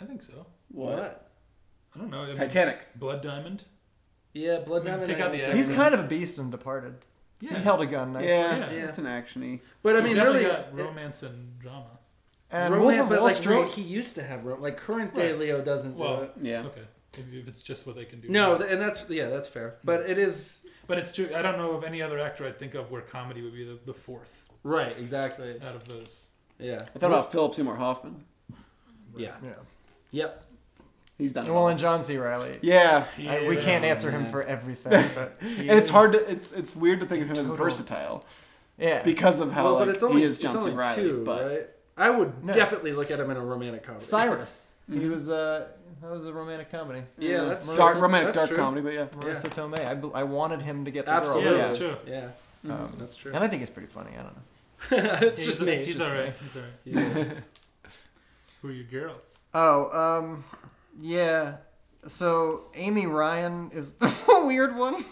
Speaker 5: I think so.
Speaker 6: What?
Speaker 5: I don't know. I mean,
Speaker 6: Titanic.
Speaker 5: Blood Diamond.
Speaker 3: Yeah, Blood
Speaker 5: I mean,
Speaker 3: Diamond.
Speaker 5: take
Speaker 3: I
Speaker 5: out the
Speaker 3: don't-
Speaker 5: action.
Speaker 4: he's kind of a beast in Departed.
Speaker 5: Yeah.
Speaker 4: He held a gun. Nicely.
Speaker 6: Yeah,
Speaker 5: Yeah.
Speaker 6: It's an actiony.
Speaker 3: But I
Speaker 5: He's
Speaker 3: mean,
Speaker 5: definitely
Speaker 3: really,
Speaker 5: got
Speaker 3: it-
Speaker 5: romance and drama.
Speaker 4: And
Speaker 3: romance,
Speaker 4: Wolf of
Speaker 3: but
Speaker 4: Wall
Speaker 3: like,
Speaker 4: Street.
Speaker 3: ro- he used to have ro- like current day
Speaker 5: Right.
Speaker 3: Leo doesn't do
Speaker 5: Well,
Speaker 3: it.
Speaker 6: Yeah.
Speaker 5: Okay. If, if it's just what they can do.
Speaker 3: uh, No, th- and that's yeah, that's fair. But it is
Speaker 5: but it's true. I don't know of any other actor I'd think of where comedy would be the, the fourth
Speaker 3: right, exactly.
Speaker 5: out of those.
Speaker 3: Yeah,
Speaker 6: I thought about Philip Seymour Hoffman.
Speaker 3: yeah,
Speaker 4: yeah.
Speaker 3: yep.
Speaker 6: He's done. it
Speaker 4: Well,
Speaker 6: all.
Speaker 4: and John C. Riley.
Speaker 6: yeah.
Speaker 4: I, we
Speaker 5: Yeah.
Speaker 4: can't answer him
Speaker 3: man.
Speaker 4: for everything, but he
Speaker 6: And it's
Speaker 4: is-
Speaker 6: hard to it's it's weird to think of him as
Speaker 4: Total.
Speaker 6: versatile
Speaker 4: yeah.
Speaker 6: because of how
Speaker 3: well,
Speaker 6: like
Speaker 3: but it's only
Speaker 6: he is John
Speaker 3: it's
Speaker 6: C.
Speaker 3: only
Speaker 6: Riley.
Speaker 3: two,
Speaker 6: but
Speaker 3: right? I would
Speaker 4: No.
Speaker 3: definitely look at him in a romantic comedy.
Speaker 4: Cyrus. He was uh, that was a romantic comedy.
Speaker 3: Yeah, that's
Speaker 4: Marissa-
Speaker 6: dark
Speaker 3: That's
Speaker 6: romantic dark
Speaker 3: true.
Speaker 6: comedy, but yeah.
Speaker 4: Marissa Tomei. I, bel- I wanted him to get the
Speaker 5: Yeah,
Speaker 3: Absolutely.
Speaker 4: girl.
Speaker 5: that's true.
Speaker 3: Yeah,
Speaker 4: Um,
Speaker 3: that's true.
Speaker 4: and I think it's pretty funny. I don't know.
Speaker 3: it's
Speaker 5: he's
Speaker 3: just me.
Speaker 5: He's,
Speaker 3: It's just
Speaker 5: all right.
Speaker 3: me.
Speaker 5: He's all right.
Speaker 3: Yeah.
Speaker 5: Who are your girls?
Speaker 4: Oh, um, yeah. So Amy Ryan is a weird one.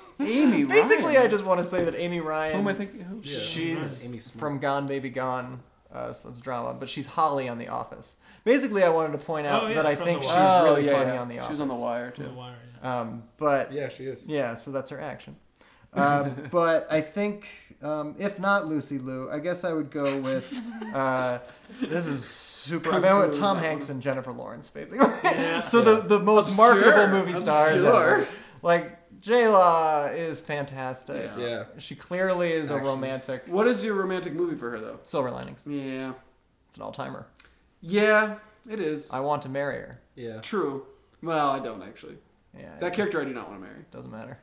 Speaker 6: Amy
Speaker 4: Basically,
Speaker 6: Ryan.
Speaker 4: I just want to say that Amy Ryan.
Speaker 6: who am I thinking? Who?
Speaker 5: Yeah.
Speaker 4: She's
Speaker 3: Amy Smart.
Speaker 4: from Gone Baby Gone. Uh, so that's drama, but she's Holly on The Office. Basically, I wanted to point out
Speaker 5: Oh, yeah,
Speaker 4: that I
Speaker 5: from
Speaker 4: think
Speaker 5: The
Speaker 4: she's
Speaker 5: Wire.
Speaker 6: Oh,
Speaker 4: really
Speaker 6: yeah,
Speaker 4: funny
Speaker 6: yeah.
Speaker 4: on The Office.
Speaker 6: She was on the wire
Speaker 5: The
Speaker 6: too.
Speaker 5: Wire. Yeah.
Speaker 4: Um, but
Speaker 3: yeah, she is.
Speaker 4: Yeah, so that's her action. Uh, but I think, um, if not Lucy Liu, I guess I would go with. Uh, this is super. I mean, I went Tom Hanks and Jennifer Lawrence, basically. so the the most
Speaker 6: Obscure.
Speaker 4: marketable movie stars.
Speaker 6: Obscure.
Speaker 4: ever. Like J Law is fantastic.
Speaker 6: Yeah.
Speaker 3: Yeah.
Speaker 4: She clearly is a
Speaker 6: Actually.
Speaker 4: romantic.
Speaker 6: What is your romantic movie for her though?
Speaker 4: Silver Linings.
Speaker 6: Yeah.
Speaker 4: It's an all timer.
Speaker 6: Yeah, it is.
Speaker 4: I want to marry her.
Speaker 3: Yeah.
Speaker 6: True. Well, I don't actually.
Speaker 4: Yeah.
Speaker 6: That character I do not want to marry.
Speaker 4: doesn't matter.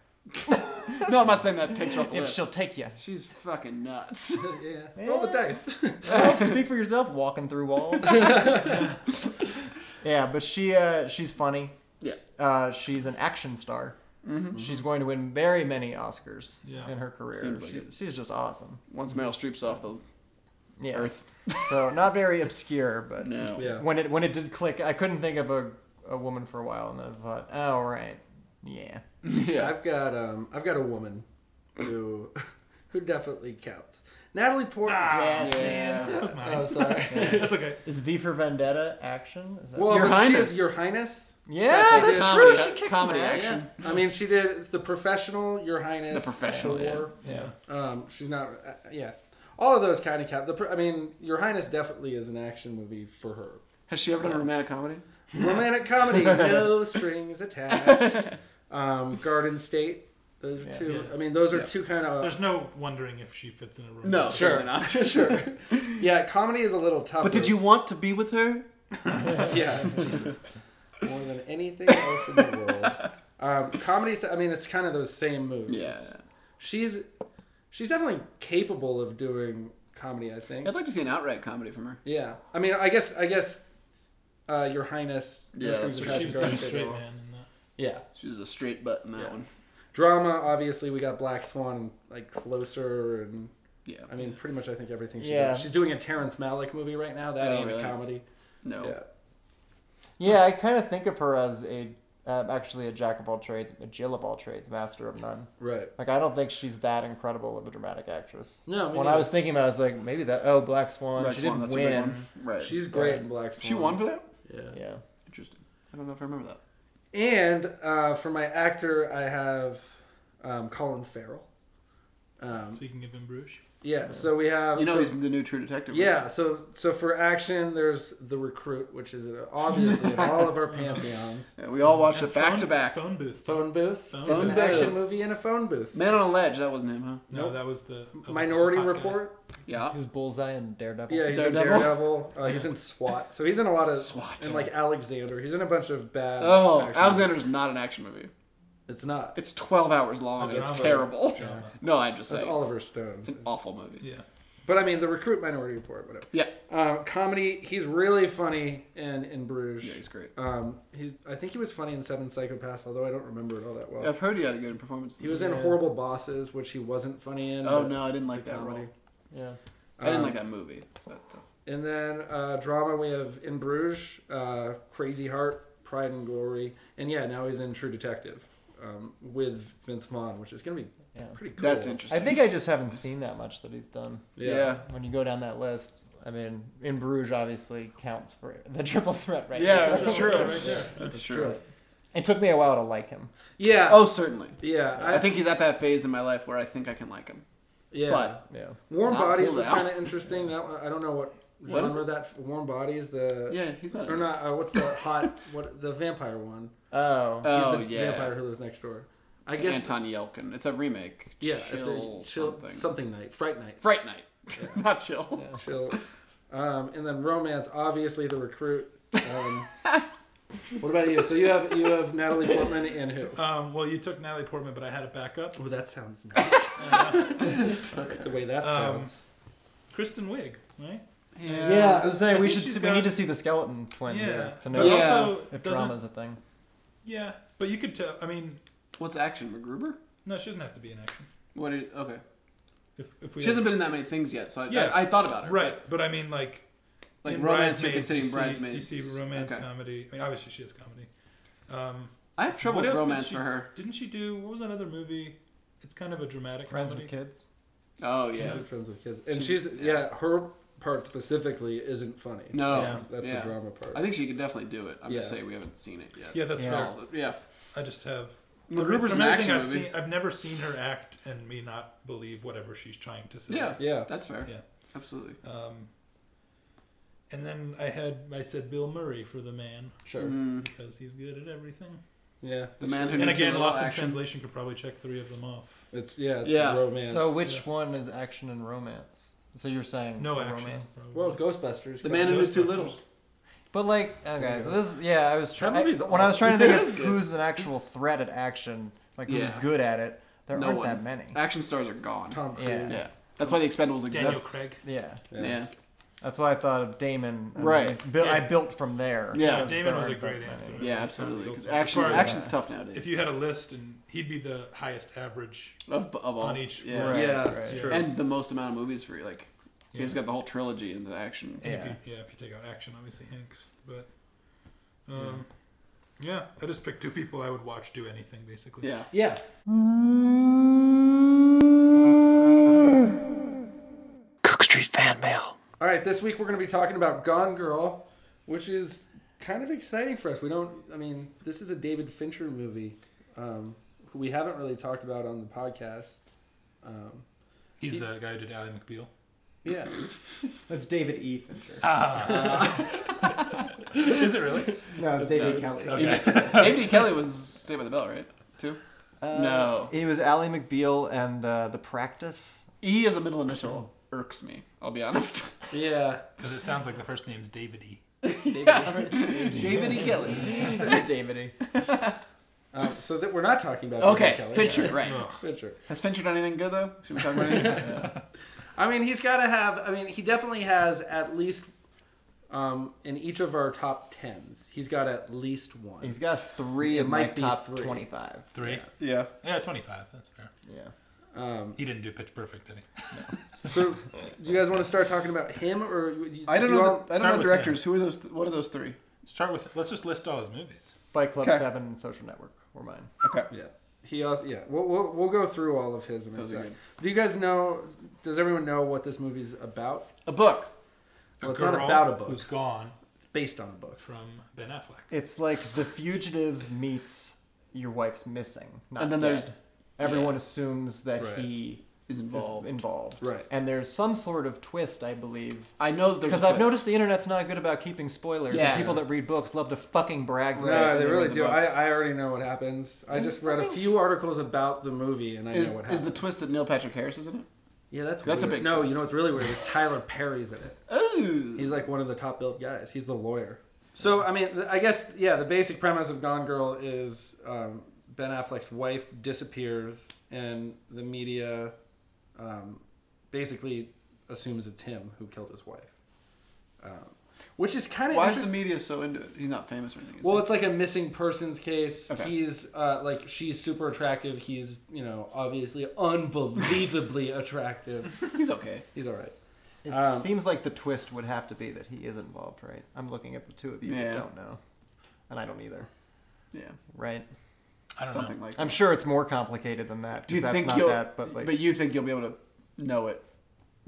Speaker 6: No, I'm not saying that takes her off the
Speaker 4: If
Speaker 6: list.
Speaker 4: she'll take you.
Speaker 6: She's fucking nuts.
Speaker 3: yeah. Roll the dice.
Speaker 4: Speak for yourself. Walking through walls. yeah, but she uh, she's funny.
Speaker 6: Yeah. Mm-hmm.
Speaker 4: Uh, she's an action star. She's going to win very many Oscars
Speaker 5: Mm-hmm. Yeah.
Speaker 4: in her career.
Speaker 6: Seems like
Speaker 4: She-
Speaker 6: it.
Speaker 4: She's just awesome.
Speaker 6: Once Meryl Streep's off the
Speaker 4: Yeah.
Speaker 6: Earth.
Speaker 4: so not very obscure, but
Speaker 6: No.
Speaker 3: Yeah.
Speaker 4: when it when it did click, I couldn't think of a, a woman for a while, and then I thought, oh right, yeah,
Speaker 6: Yeah.
Speaker 3: I've got um I've got a woman who who definitely counts. Natalie Portman.
Speaker 6: Ah, Yeah.
Speaker 5: That's mine.
Speaker 3: Oh, sorry.
Speaker 5: That's okay.
Speaker 4: is V for Vendetta action? Is that-
Speaker 3: Well,
Speaker 6: Your
Speaker 3: but she
Speaker 6: Highness.
Speaker 3: is Your Highness.
Speaker 4: yeah, that's,
Speaker 3: that's like
Speaker 4: true.
Speaker 6: comedy-
Speaker 4: She kicks
Speaker 6: comedy
Speaker 4: some ass.
Speaker 6: action.
Speaker 3: I mean, she did it's the professional Your Highness.
Speaker 6: The Professional, yeah.
Speaker 3: War.
Speaker 5: Yeah.
Speaker 3: Um, she's not. Uh, yeah, all of those kind of count. The pr- I mean, Your Highness definitely is an action movie for her.
Speaker 6: Has she ever done a romantic comedy?
Speaker 3: Romantic comedy, no strings attached. Um, Garden State. Those are
Speaker 4: Yeah.
Speaker 3: two.
Speaker 5: Yeah.
Speaker 3: I mean, those are
Speaker 6: Yeah.
Speaker 3: two kind of.
Speaker 5: There's no wondering if she fits in a room.
Speaker 3: Sure.
Speaker 6: certainly not.
Speaker 3: sure. Yeah, comedy is a little tougher.
Speaker 6: But did you want to be with her?
Speaker 3: Yeah, Jesus. More than anything else in the world. Um, comedy. I mean, it's kind of those same moves. She's she's definitely capable of doing comedy. I think.
Speaker 6: I'd like to see an outright comedy from her.
Speaker 3: Yeah, I mean, I guess, I guess, uh, Your Highness.
Speaker 6: Yeah,
Speaker 3: Mr.
Speaker 5: But
Speaker 6: that's what
Speaker 3: Trash
Speaker 5: she was
Speaker 3: Garden
Speaker 5: the
Speaker 3: State
Speaker 5: straight
Speaker 3: Law.
Speaker 5: man in that.
Speaker 3: Yeah,
Speaker 6: She's a straight butt in that
Speaker 3: Yeah.
Speaker 6: one.
Speaker 3: drama. Obviously, we got Black Swan and like Closer, and
Speaker 6: Yeah.
Speaker 3: I mean, pretty much, I think everything. She
Speaker 4: Yeah.
Speaker 3: does. she's doing a Terrence Malick movie right now. That
Speaker 6: Oh,
Speaker 3: ain't
Speaker 6: really?
Speaker 3: a comedy.
Speaker 6: No.
Speaker 3: Yeah,
Speaker 4: Yeah, I kind of think of her as a uh, actually a jack of all trades, a Jill of all trades, master of none.
Speaker 3: right.
Speaker 4: Like I don't think she's that incredible of a dramatic actress.
Speaker 3: No, me
Speaker 4: when I
Speaker 3: neither.
Speaker 4: was thinking about, it, I was like, maybe that. Oh, Black Swan.
Speaker 6: Black
Speaker 4: she
Speaker 6: Swan,
Speaker 4: didn't
Speaker 6: that's
Speaker 4: win.
Speaker 6: a big one. Right.
Speaker 3: She's great
Speaker 4: Yeah.
Speaker 3: in Black Swan.
Speaker 6: she won for that?
Speaker 3: Yeah.
Speaker 4: Yeah.
Speaker 6: Interesting. I don't know if I remember that.
Speaker 3: And uh, for my actor, I have um, Colin Farrell. Um,
Speaker 5: Speaking of in Bruges,
Speaker 3: yeah. So we have
Speaker 6: You know
Speaker 3: so-
Speaker 6: he's the new True Detective. right?
Speaker 3: Yeah, so so for action, there's the recruit, which is obviously in all of our pantheons.
Speaker 6: Yeah, we all watched it
Speaker 5: Phone-
Speaker 6: back to back.
Speaker 5: Phone booth.
Speaker 3: Phone booth.
Speaker 5: Phone
Speaker 3: it's an
Speaker 6: booth.
Speaker 3: action movie in a phone booth.
Speaker 6: Man on a Ledge, that wasn't him, huh?
Speaker 5: No,
Speaker 3: Nope.
Speaker 5: that was the uh,
Speaker 3: Minority
Speaker 5: hot guy.
Speaker 3: Report.
Speaker 6: Yeah.
Speaker 4: He was Bullseye and Daredevil.
Speaker 3: Yeah, he's
Speaker 6: Daredevil.
Speaker 3: in Daredevil. Uh, he's in SWAT. So he's in a lot of
Speaker 6: SWAT.
Speaker 3: And like Alexander, he's in a bunch of bad.
Speaker 6: Oh,
Speaker 3: action
Speaker 6: Alexander's not an action movie.
Speaker 3: movies. It's not.
Speaker 6: It's 12 hours long. and
Speaker 5: That's
Speaker 6: It's
Speaker 5: drama.
Speaker 6: terrible.
Speaker 5: Drama.
Speaker 6: No, I'm just
Speaker 3: That's
Speaker 6: saying. it's,
Speaker 3: Oliver Stone.
Speaker 6: it's an awful movie.
Speaker 5: Yeah.
Speaker 3: But I mean, the recruit, Minority Report, whatever.
Speaker 6: Yeah.
Speaker 3: Um, comedy. He's really funny in in Bruges.
Speaker 6: Yeah, he's great.
Speaker 3: um, he's. I think he was funny in Seven Psychopaths, although I don't remember it all that well.
Speaker 6: I've heard he had a good performance.
Speaker 3: He was in Horrible Bosses, which he wasn't funny in.
Speaker 6: Oh
Speaker 3: but
Speaker 6: no, I didn't like
Speaker 3: it's a
Speaker 6: that role.
Speaker 3: comedy.
Speaker 4: Yeah.
Speaker 6: I didn't
Speaker 3: Um,
Speaker 6: like that movie. So that's tough.
Speaker 3: And then uh, drama, we have In Bruges, uh, Crazy Heart, Pride and Glory, and yeah, now he's in True Detective um, with Vince Vaughn, which is gonna be
Speaker 4: Yeah.
Speaker 3: pretty cool.
Speaker 6: That's interesting.
Speaker 4: I think I just haven't seen that much that he's done.
Speaker 6: Yeah.
Speaker 3: Yeah.
Speaker 4: When you go down that list, I mean, in Bruges obviously counts for the triple threat, right?
Speaker 6: Yeah,
Speaker 4: there.
Speaker 6: that's true.
Speaker 5: Right there.
Speaker 6: That's
Speaker 3: true.
Speaker 6: true.
Speaker 4: It took me a while to like him.
Speaker 3: Yeah.
Speaker 6: Oh, certainly.
Speaker 3: yeah.
Speaker 6: I think he's at that phase in my life where I think I can like him.
Speaker 3: Yeah.
Speaker 6: But
Speaker 4: Yeah.
Speaker 3: Warm
Speaker 6: not
Speaker 3: Bodies
Speaker 6: till
Speaker 3: was
Speaker 6: now.
Speaker 3: kind of interesting. That one, I don't know what
Speaker 6: What is
Speaker 3: genre that Warm Bodies the
Speaker 6: yeah, he's not.
Speaker 3: or not. Uh, what's the hot what the vampire one?
Speaker 4: Oh.
Speaker 6: Oh
Speaker 3: he's the
Speaker 6: yeah,
Speaker 3: Vampire who lives next door. I
Speaker 6: It's
Speaker 3: guess.
Speaker 6: Anton Yelkin. It's a remake.
Speaker 3: yeah.
Speaker 6: chill
Speaker 3: it's a chill
Speaker 6: something.
Speaker 3: something. night. Fright night.
Speaker 6: Fright Night,
Speaker 3: Yeah.
Speaker 6: not chill.
Speaker 3: Chill. Um, and then romance, obviously the recruit. Um, what about you? So you have you have Natalie Portman and who?
Speaker 5: Um, well, you took Natalie Portman, but I had a backup.
Speaker 3: Oh, that sounds nice. the way that
Speaker 5: Um,
Speaker 3: sounds.
Speaker 5: Kristen Wiig, right?
Speaker 4: Yeah. I was saying
Speaker 5: I
Speaker 4: we
Speaker 5: think
Speaker 4: should.
Speaker 5: she's
Speaker 4: See,
Speaker 5: got-
Speaker 4: We need to see the skeleton twins
Speaker 5: Yeah.
Speaker 4: to know
Speaker 5: But
Speaker 6: Yeah.
Speaker 5: also,
Speaker 4: if
Speaker 5: doesn't-
Speaker 4: drama's a thing.
Speaker 5: Yeah, but you could tell. I mean,
Speaker 6: What's action? MacGruber?
Speaker 5: no, she doesn't have to be an action.
Speaker 6: What? Is, okay.
Speaker 5: If, if we
Speaker 6: She hasn't been in that many things yet, so I,
Speaker 5: Yeah.
Speaker 6: I, I thought about her.
Speaker 5: right, but I mean, like,
Speaker 6: Like
Speaker 5: in
Speaker 6: romance, you're
Speaker 5: Bridesmaids,
Speaker 6: considering
Speaker 5: you see-
Speaker 6: Bridesmaids.
Speaker 5: You see romance
Speaker 6: Okay.
Speaker 5: comedy. I mean, obviously she has comedy. Um,
Speaker 6: I have trouble
Speaker 5: What
Speaker 6: with
Speaker 5: else did
Speaker 6: romance
Speaker 5: she-
Speaker 6: for her.
Speaker 5: didn't she do what was that other movie? It's kind of a dramatic
Speaker 4: Friends with
Speaker 5: comedy.
Speaker 4: kids.
Speaker 6: Oh yeah.
Speaker 3: Good friends with kids, and
Speaker 6: She-
Speaker 3: she's yeah. Her part specifically isn't funny.
Speaker 6: No.
Speaker 5: Yeah.
Speaker 3: that's
Speaker 6: Yeah.
Speaker 3: the drama part.
Speaker 6: I think she could definitely do it. I'm just
Speaker 3: Yeah.
Speaker 6: saying we haven't seen it yet.
Speaker 5: Yeah, that's
Speaker 4: Yeah.
Speaker 5: fair.
Speaker 6: Yeah.
Speaker 5: I just have.
Speaker 6: MacGruber's
Speaker 5: from everything
Speaker 6: an action
Speaker 5: I've
Speaker 6: movie.
Speaker 5: seen, I've never seen her act and me not believe whatever she's trying to say.
Speaker 6: Yeah.
Speaker 3: yeah,
Speaker 6: That's fair.
Speaker 5: Yeah.
Speaker 6: Absolutely.
Speaker 5: Um, and then I had I said Bill Murray for the man
Speaker 3: sure.
Speaker 6: Mm,
Speaker 5: because he's good at everything.
Speaker 3: Yeah,
Speaker 6: the man who
Speaker 5: And
Speaker 6: knew too
Speaker 5: again,
Speaker 6: little
Speaker 5: Lost in
Speaker 6: action.
Speaker 5: Translation could probably check three of them off.
Speaker 3: it's yeah, it's
Speaker 6: Yeah.
Speaker 3: romance.
Speaker 4: So which
Speaker 5: Yeah.
Speaker 4: one is action and romance? So you're saying
Speaker 5: No action.
Speaker 4: romance.
Speaker 5: probably.
Speaker 3: well, Ghostbusters.
Speaker 6: The man who knew too little.
Speaker 4: But like, okay, so this, yeah, I was trying.
Speaker 3: That movie's
Speaker 4: When I was trying to think
Speaker 6: It
Speaker 4: of
Speaker 6: is good.
Speaker 4: who's an actual threat at action, like who's
Speaker 6: Yeah.
Speaker 4: good at it, there
Speaker 6: No
Speaker 4: aren't
Speaker 6: one.
Speaker 4: that many.
Speaker 6: Action stars are gone.
Speaker 3: Tom Cruise.
Speaker 4: Yeah.
Speaker 6: Yeah. That's why the Expendables
Speaker 5: Daniel
Speaker 6: exists.
Speaker 5: Craig.
Speaker 4: Yeah,
Speaker 6: Yeah.
Speaker 4: that's why I thought of Damon. and
Speaker 6: Right.
Speaker 4: then built- I
Speaker 5: Yeah.
Speaker 4: built from there.
Speaker 6: Yeah,
Speaker 4: because
Speaker 5: Damon
Speaker 4: there
Speaker 5: was a
Speaker 4: aren't that
Speaker 5: great
Speaker 4: many.
Speaker 5: answer.
Speaker 6: Yeah,
Speaker 5: Yeah,
Speaker 6: absolutely.
Speaker 5: so-
Speaker 6: Because
Speaker 5: as
Speaker 6: action,
Speaker 5: far as-
Speaker 6: action's tough nowadays.
Speaker 5: If you had a list, and he'd be the highest average
Speaker 6: of, of all,
Speaker 5: on each list.
Speaker 6: yeah.
Speaker 4: Right,
Speaker 3: Yeah,
Speaker 4: right.
Speaker 3: it's true.
Speaker 6: and the most amount of movies for like He's got the whole trilogy into action.
Speaker 5: And
Speaker 4: Yeah.
Speaker 5: If you, yeah, if you take out action, obviously Hanks. But um, yeah. I just picked two people I would watch do anything basically.
Speaker 6: Yeah.
Speaker 3: Yeah.
Speaker 2: Cook Street fan mail.
Speaker 3: All right, this week we're going to be talking about Gone Girl, which is kind of exciting for us. We don't, I mean, this is a David Fincher movie um, who we haven't really talked about on the podcast. Um,
Speaker 5: He's
Speaker 3: He-
Speaker 5: the guy who did Ally McBeal.
Speaker 3: yeah.
Speaker 7: That's David E. Fincher.
Speaker 5: Is it really?
Speaker 7: no, it's David E. Kelly.
Speaker 6: David E. Kelly was Saved by the Bell, right? Too. no.
Speaker 4: Uh, It was Ally McBeal and uh, The Practice.
Speaker 6: E is a middle initial. Irks me. I'll be honest.
Speaker 3: Yeah.
Speaker 5: Because it sounds like the first name's David E.
Speaker 6: David E. Kelly.
Speaker 4: David E.
Speaker 3: Um, so that we're not talking about David
Speaker 6: Okay,
Speaker 3: Kelly.
Speaker 6: Fincher, right.
Speaker 3: Fincher.
Speaker 6: Has Fincher done anything good though? Should we talk about anything?
Speaker 3: I mean, he's got to have. I mean, he definitely has at least um, in each of our top tens. He's got at least one.
Speaker 4: He's got three
Speaker 3: It
Speaker 4: in my
Speaker 3: might be
Speaker 4: top
Speaker 3: three.
Speaker 4: 25.
Speaker 5: Three. Yeah.
Speaker 6: yeah.
Speaker 5: 25. That's fair.
Speaker 4: Yeah.
Speaker 3: Um,
Speaker 5: He didn't do Pitch Perfect, did he?
Speaker 3: so, do you guys want to start talking about him, or you- you-
Speaker 6: I don't
Speaker 3: do you
Speaker 6: know.
Speaker 3: all-
Speaker 6: The, I
Speaker 5: start
Speaker 6: don't know
Speaker 5: with
Speaker 6: directors. Who are those? What are those three?
Speaker 5: Start with. Let's just list all his movies.
Speaker 4: Fight Club
Speaker 6: Okay.
Speaker 4: 7 and Social Network were mine.
Speaker 6: Okay.
Speaker 3: yeah, he also yeah. We'll, we'll we'll go through all of his in a
Speaker 6: Those are
Speaker 3: sec. Do you guys know? Does everyone know what this movie's about?
Speaker 6: A book.
Speaker 5: A
Speaker 3: Well, it's
Speaker 5: girl
Speaker 3: not about a book.
Speaker 5: who's gone
Speaker 3: It's based on a book.
Speaker 5: from Ben Affleck.
Speaker 4: It's like The Fugitive meets Your Wife's Missing. Not
Speaker 6: And then
Speaker 4: dead.
Speaker 6: there's-
Speaker 4: Everyone assumes that
Speaker 5: Right.
Speaker 4: he
Speaker 6: Is
Speaker 4: is
Speaker 6: involved.
Speaker 4: involved.
Speaker 3: Right.
Speaker 4: And there's some sort of twist, I believe.
Speaker 6: I know that there's. a
Speaker 4: Because I've
Speaker 6: twist.
Speaker 4: noticed the internet's not good about keeping spoilers.
Speaker 6: Yeah.
Speaker 4: And people that read books love to fucking brag.
Speaker 6: Right,
Speaker 3: no,
Speaker 6: and
Speaker 3: they
Speaker 6: they
Speaker 3: really
Speaker 6: read the
Speaker 3: do.
Speaker 6: book.
Speaker 3: I, I already know what happens. I just read a few articles about the movie, and I know what
Speaker 6: Is,
Speaker 3: happens.
Speaker 6: is the twist that Neil Patrick Harris is in it?
Speaker 3: yeah, that's
Speaker 6: that's a
Speaker 3: weird.
Speaker 6: big
Speaker 3: no.
Speaker 6: twist.
Speaker 3: You know what's really weird is Tyler Perry's in it.
Speaker 6: Oh.
Speaker 3: He's like one of the top billed guys. He's the lawyer. So I mean, th- I guess yeah. The basic premise of Gone Girl is um, Ben Affleck's wife disappears, and the media um, basically assumes it's him who killed his wife, um, which is kind of
Speaker 6: Why is the
Speaker 3: interesting.
Speaker 6: media so into it? He's not famous or anything. is
Speaker 3: well,
Speaker 6: he?
Speaker 3: it's like a missing persons case.
Speaker 6: Okay.
Speaker 3: He's uh, like she's super attractive. He's you know obviously unbelievably attractive.
Speaker 6: he's okay.
Speaker 3: He's all right.
Speaker 4: It
Speaker 3: Um,
Speaker 4: seems like the twist would have to be that he is involved, right? I'm looking at the two of you
Speaker 6: Yeah.
Speaker 4: that don't know. And I don't either,
Speaker 6: Yeah.
Speaker 4: right?
Speaker 5: I don't
Speaker 6: Something
Speaker 5: know.
Speaker 6: like.
Speaker 4: I'm sure it's more complicated than that.
Speaker 6: Do you
Speaker 4: 'cause that's
Speaker 6: think
Speaker 4: not
Speaker 6: you'll?
Speaker 4: that, but like,
Speaker 6: you think you'll be able to know it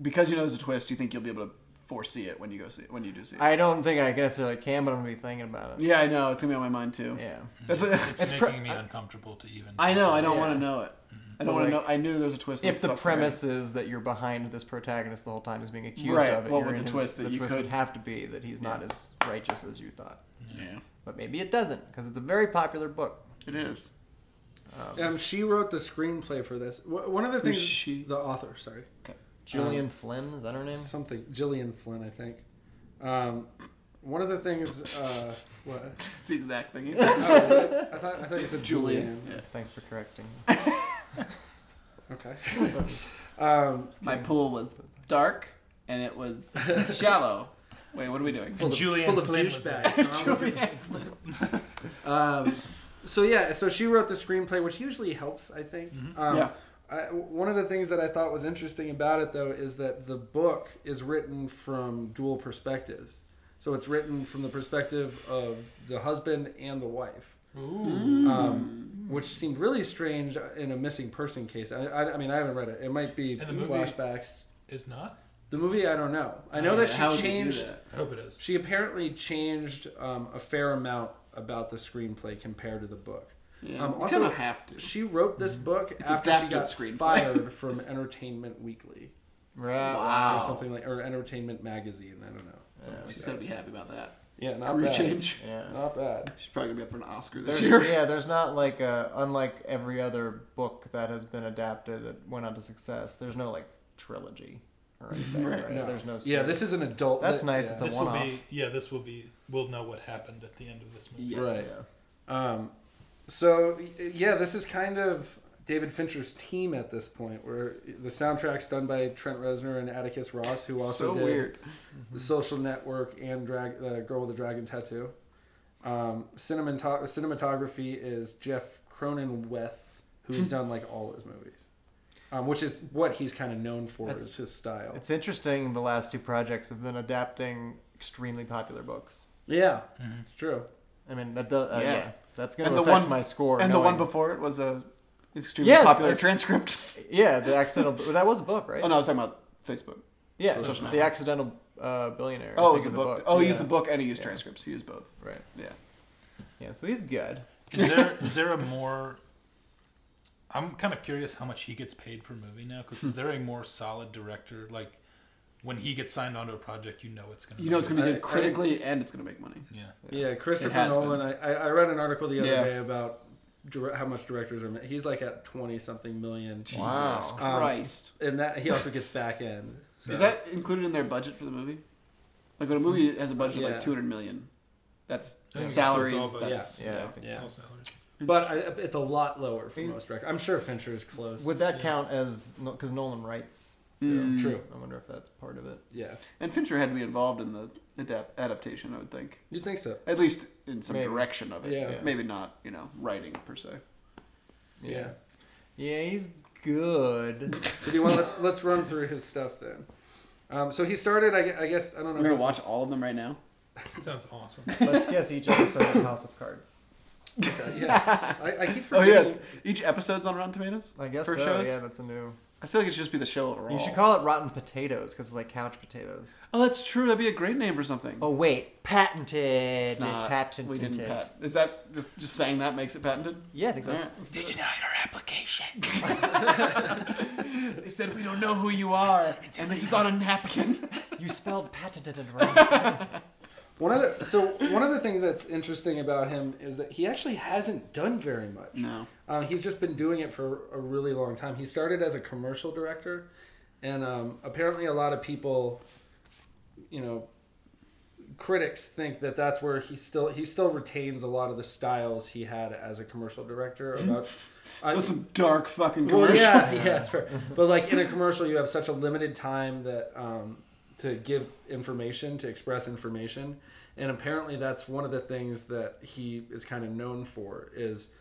Speaker 6: because you know there's a twist. You think you'll be able to foresee it when you go see it when you do see it.
Speaker 4: I don't think I necessarily can, but I'm gonna be thinking about it.
Speaker 6: yeah, I know. It's gonna be on my mind too.
Speaker 4: Yeah.
Speaker 6: That's what,
Speaker 5: It's,
Speaker 4: It's
Speaker 5: making
Speaker 4: pro-
Speaker 5: me uncomfortable to even.
Speaker 6: I know. I don't
Speaker 4: Yeah. Mm-hmm.
Speaker 6: want to know it. I
Speaker 4: But,
Speaker 6: don't want to
Speaker 4: like,
Speaker 6: know. I knew there was a twist.
Speaker 4: If
Speaker 6: that
Speaker 4: the
Speaker 6: sucks already.
Speaker 4: premise is that you're behind this protagonist the whole time is being accused
Speaker 6: Right,
Speaker 4: of it,
Speaker 6: what
Speaker 4: you're
Speaker 6: would
Speaker 4: in
Speaker 6: the
Speaker 4: his-
Speaker 6: twist that
Speaker 4: the
Speaker 6: you
Speaker 4: twist
Speaker 6: could-
Speaker 4: would have to be that he's not as righteous as you thought.
Speaker 6: yeah,
Speaker 4: But maybe it doesn't, because it's a very popular book.
Speaker 6: it is.
Speaker 3: Um, she wrote the screenplay for this. Wh- One of the
Speaker 6: Who's
Speaker 3: things
Speaker 6: she?
Speaker 3: the author, sorry,
Speaker 4: Julian Flynn is that her name?
Speaker 3: something Gillian Flynn, I think. Um, one of the things, uh, what?
Speaker 6: It's the exact thing he said.
Speaker 3: Oh, what? I thought I thought you said Julian.
Speaker 6: Julian. Yeah.
Speaker 4: Thanks for correcting.
Speaker 3: Okay. um,
Speaker 6: My pool was dark and it was shallow. Wait, what are we doing?
Speaker 5: And Julianne
Speaker 3: full of
Speaker 5: Flynn was in it.
Speaker 3: douchebags. um, so yeah, so she wrote the screenplay, which usually helps, I think. Um,
Speaker 6: Yeah.
Speaker 3: I, one of the things that I thought was interesting about it, though, is that the book is written from dual perspectives. So it's written from the perspective of the husband and the wife,
Speaker 5: Ooh.
Speaker 3: um, which seemed really strange in a missing person case. I, I, I mean, I haven't read it. It might be
Speaker 5: And the movie-
Speaker 3: flashbacks.
Speaker 5: Is not?
Speaker 3: The movie, I don't know. I know that she
Speaker 6: Oh, How would you do
Speaker 3: changed.
Speaker 6: that?
Speaker 5: I hope it is.
Speaker 3: She apparently changed um, a fair amount about the screenplay compared to the book.
Speaker 6: Yeah.
Speaker 3: Um,
Speaker 6: you
Speaker 3: also-
Speaker 6: kind of have to. Mm-hmm.
Speaker 3: She wrote this book
Speaker 6: It's
Speaker 3: after she
Speaker 6: adapted
Speaker 3: got
Speaker 6: screenplay.
Speaker 3: fired from Entertainment Weekly
Speaker 4: Right.
Speaker 3: or
Speaker 6: Wow.
Speaker 3: something like, or Entertainment Magazine. I don't know. Something like
Speaker 6: She's
Speaker 3: that.
Speaker 6: gonna be happy about that.
Speaker 3: Yeah, not
Speaker 6: Career
Speaker 3: bad.
Speaker 6: change.
Speaker 4: Yeah.
Speaker 3: Not bad.
Speaker 6: She's probably gonna be up for an Oscar this
Speaker 4: There's,
Speaker 6: year.
Speaker 4: yeah, there's not like a, unlike every other book that has been adapted that went on to success. There's no like trilogy or anything. Right.
Speaker 3: No.
Speaker 4: There's no.
Speaker 3: Yeah,
Speaker 4: series.
Speaker 3: this is an adult.
Speaker 4: That's
Speaker 3: that-
Speaker 4: nice,
Speaker 3: yeah.
Speaker 4: it's a
Speaker 5: This will
Speaker 4: one-off.
Speaker 5: be. Yeah, this will be. We'll know what happened at the end of this movie.
Speaker 6: Yes.
Speaker 3: Right. Um, so y- yeah, this is kind of David Fincher's team at this point, where the soundtrack's done by Trent Reznor and Atticus Ross, who
Speaker 6: so
Speaker 3: also did
Speaker 6: weird.
Speaker 3: The Social Network and Drag the Girl with the Dragon Tattoo. Um, cinematog- cinematography is Jeff Cronenweth, who's done like all his movies. um, which is what he's kind of known for
Speaker 4: That's-
Speaker 3: is his style.
Speaker 4: It's interesting. The last two projects have been adapting extremely popular books.
Speaker 3: Yeah, it's true.
Speaker 4: I mean, that does. Uh,
Speaker 6: Yeah.
Speaker 4: yeah. that's gonna
Speaker 6: And the
Speaker 4: affect
Speaker 6: one-
Speaker 4: my score.
Speaker 6: and the one
Speaker 4: knowing-
Speaker 6: before it was a extremely
Speaker 4: Yeah,
Speaker 6: popular
Speaker 4: it's-
Speaker 6: transcript.
Speaker 4: Yeah, the accidental. well, that was a book, right?
Speaker 6: Oh no, I was talking about Facebook.
Speaker 4: Yeah,
Speaker 6: Social
Speaker 4: the
Speaker 6: Network.
Speaker 4: accidental uh, billionaire. I think
Speaker 6: Oh, it was a
Speaker 4: is
Speaker 6: book. Oh, he
Speaker 4: yeah.
Speaker 6: used the book and he used
Speaker 4: Yeah.
Speaker 6: transcripts. He used both.
Speaker 4: Right.
Speaker 6: Yeah.
Speaker 4: Yeah, so he's good.
Speaker 5: Is there is there a more? I'm kind of curious how much he gets paid per movie now. Because is there a more solid director? Like when he gets signed onto a project, you know it's gonna.
Speaker 6: You know it's gonna
Speaker 3: I-
Speaker 6: be
Speaker 3: I-
Speaker 6: good critically and it's gonna make money.
Speaker 5: be. Yeah.
Speaker 3: Yeah, Christopher
Speaker 6: has
Speaker 3: Nolan. I, I I read an article the other
Speaker 6: Yeah.
Speaker 3: day about dir- how much directors are. ma- He's like at twenty something million,
Speaker 4: Wow.
Speaker 6: Jesus
Speaker 3: Um,
Speaker 6: Christ.
Speaker 3: and that he also gets back end. So-
Speaker 6: Is that included in their budget for the movie? Like when a movie has a budget of
Speaker 3: Yeah.
Speaker 6: like two hundred million, that's
Speaker 5: I think it's all
Speaker 6: salaries.
Speaker 5: budget.
Speaker 6: That's
Speaker 4: Yeah.
Speaker 6: yeah.
Speaker 4: I think
Speaker 3: Yeah,
Speaker 5: Also,
Speaker 3: but I, it's a lot lower for
Speaker 4: He-
Speaker 3: most directors. I'm sure Fincher is close.
Speaker 4: so. Would that
Speaker 5: Yeah.
Speaker 4: count as because Nolan writes? too.
Speaker 6: Mm.
Speaker 3: True.
Speaker 4: I wonder if that's part of it.
Speaker 3: Yeah,
Speaker 6: And Fincher had to be involved in the adapt- adaptation, I would think,
Speaker 3: you'd think so.
Speaker 6: at least in some
Speaker 4: Maybe.
Speaker 6: direction of it.
Speaker 3: Yeah.
Speaker 4: Yeah.
Speaker 6: Maybe not, you know, writing per se.
Speaker 3: Yeah.
Speaker 4: Yeah, he's good.
Speaker 3: So do you want let's let's run through his stuff then. Um, so he started. I, gue- I guess I don't know.
Speaker 6: We're gonna
Speaker 3: if this
Speaker 6: watch
Speaker 3: is-
Speaker 6: all of them right now.
Speaker 5: sounds awesome.
Speaker 4: Let's guess each episode of House of Cards.
Speaker 3: Okay, yeah, I, I keep
Speaker 6: Oh
Speaker 3: forgetting.
Speaker 6: yeah, each episode's on Rotten Tomatoes.
Speaker 4: I guess
Speaker 6: For
Speaker 4: so.
Speaker 6: shows? Oh.
Speaker 4: Yeah, that's a new.
Speaker 6: I feel like it should just be the show overall.
Speaker 4: You should call it Rotten Potatoes because it's like couch potatoes.
Speaker 6: Oh, that's true. That'd be a great name for something.
Speaker 4: Oh wait, patented.
Speaker 6: it's not.
Speaker 4: Patented.
Speaker 6: we didn't pat. Is that just just saying that makes it patented?
Speaker 4: Yeah, I think so.
Speaker 6: All right, let's do it.
Speaker 5: know your application?
Speaker 6: They said we don't know who you are, and this is on a napkin.
Speaker 4: You spelled patented wrong.
Speaker 3: One of the so one of the things that's interesting about him is that he actually hasn't done very much.
Speaker 6: No.
Speaker 3: Um, he's just been doing it for a really long time. He started as a commercial director, and um, apparently, a lot of people, you know, critics think that that's where he still he still retains a lot of the styles he had as a commercial director. About uh, I-
Speaker 6: Those some dark fucking
Speaker 3: well,
Speaker 6: commercials.
Speaker 3: yeah, yeah, that's fair. But like in a commercial, you have such a limited time that um, to give information, to express information, and apparently that's one of the things that he is kind of known for is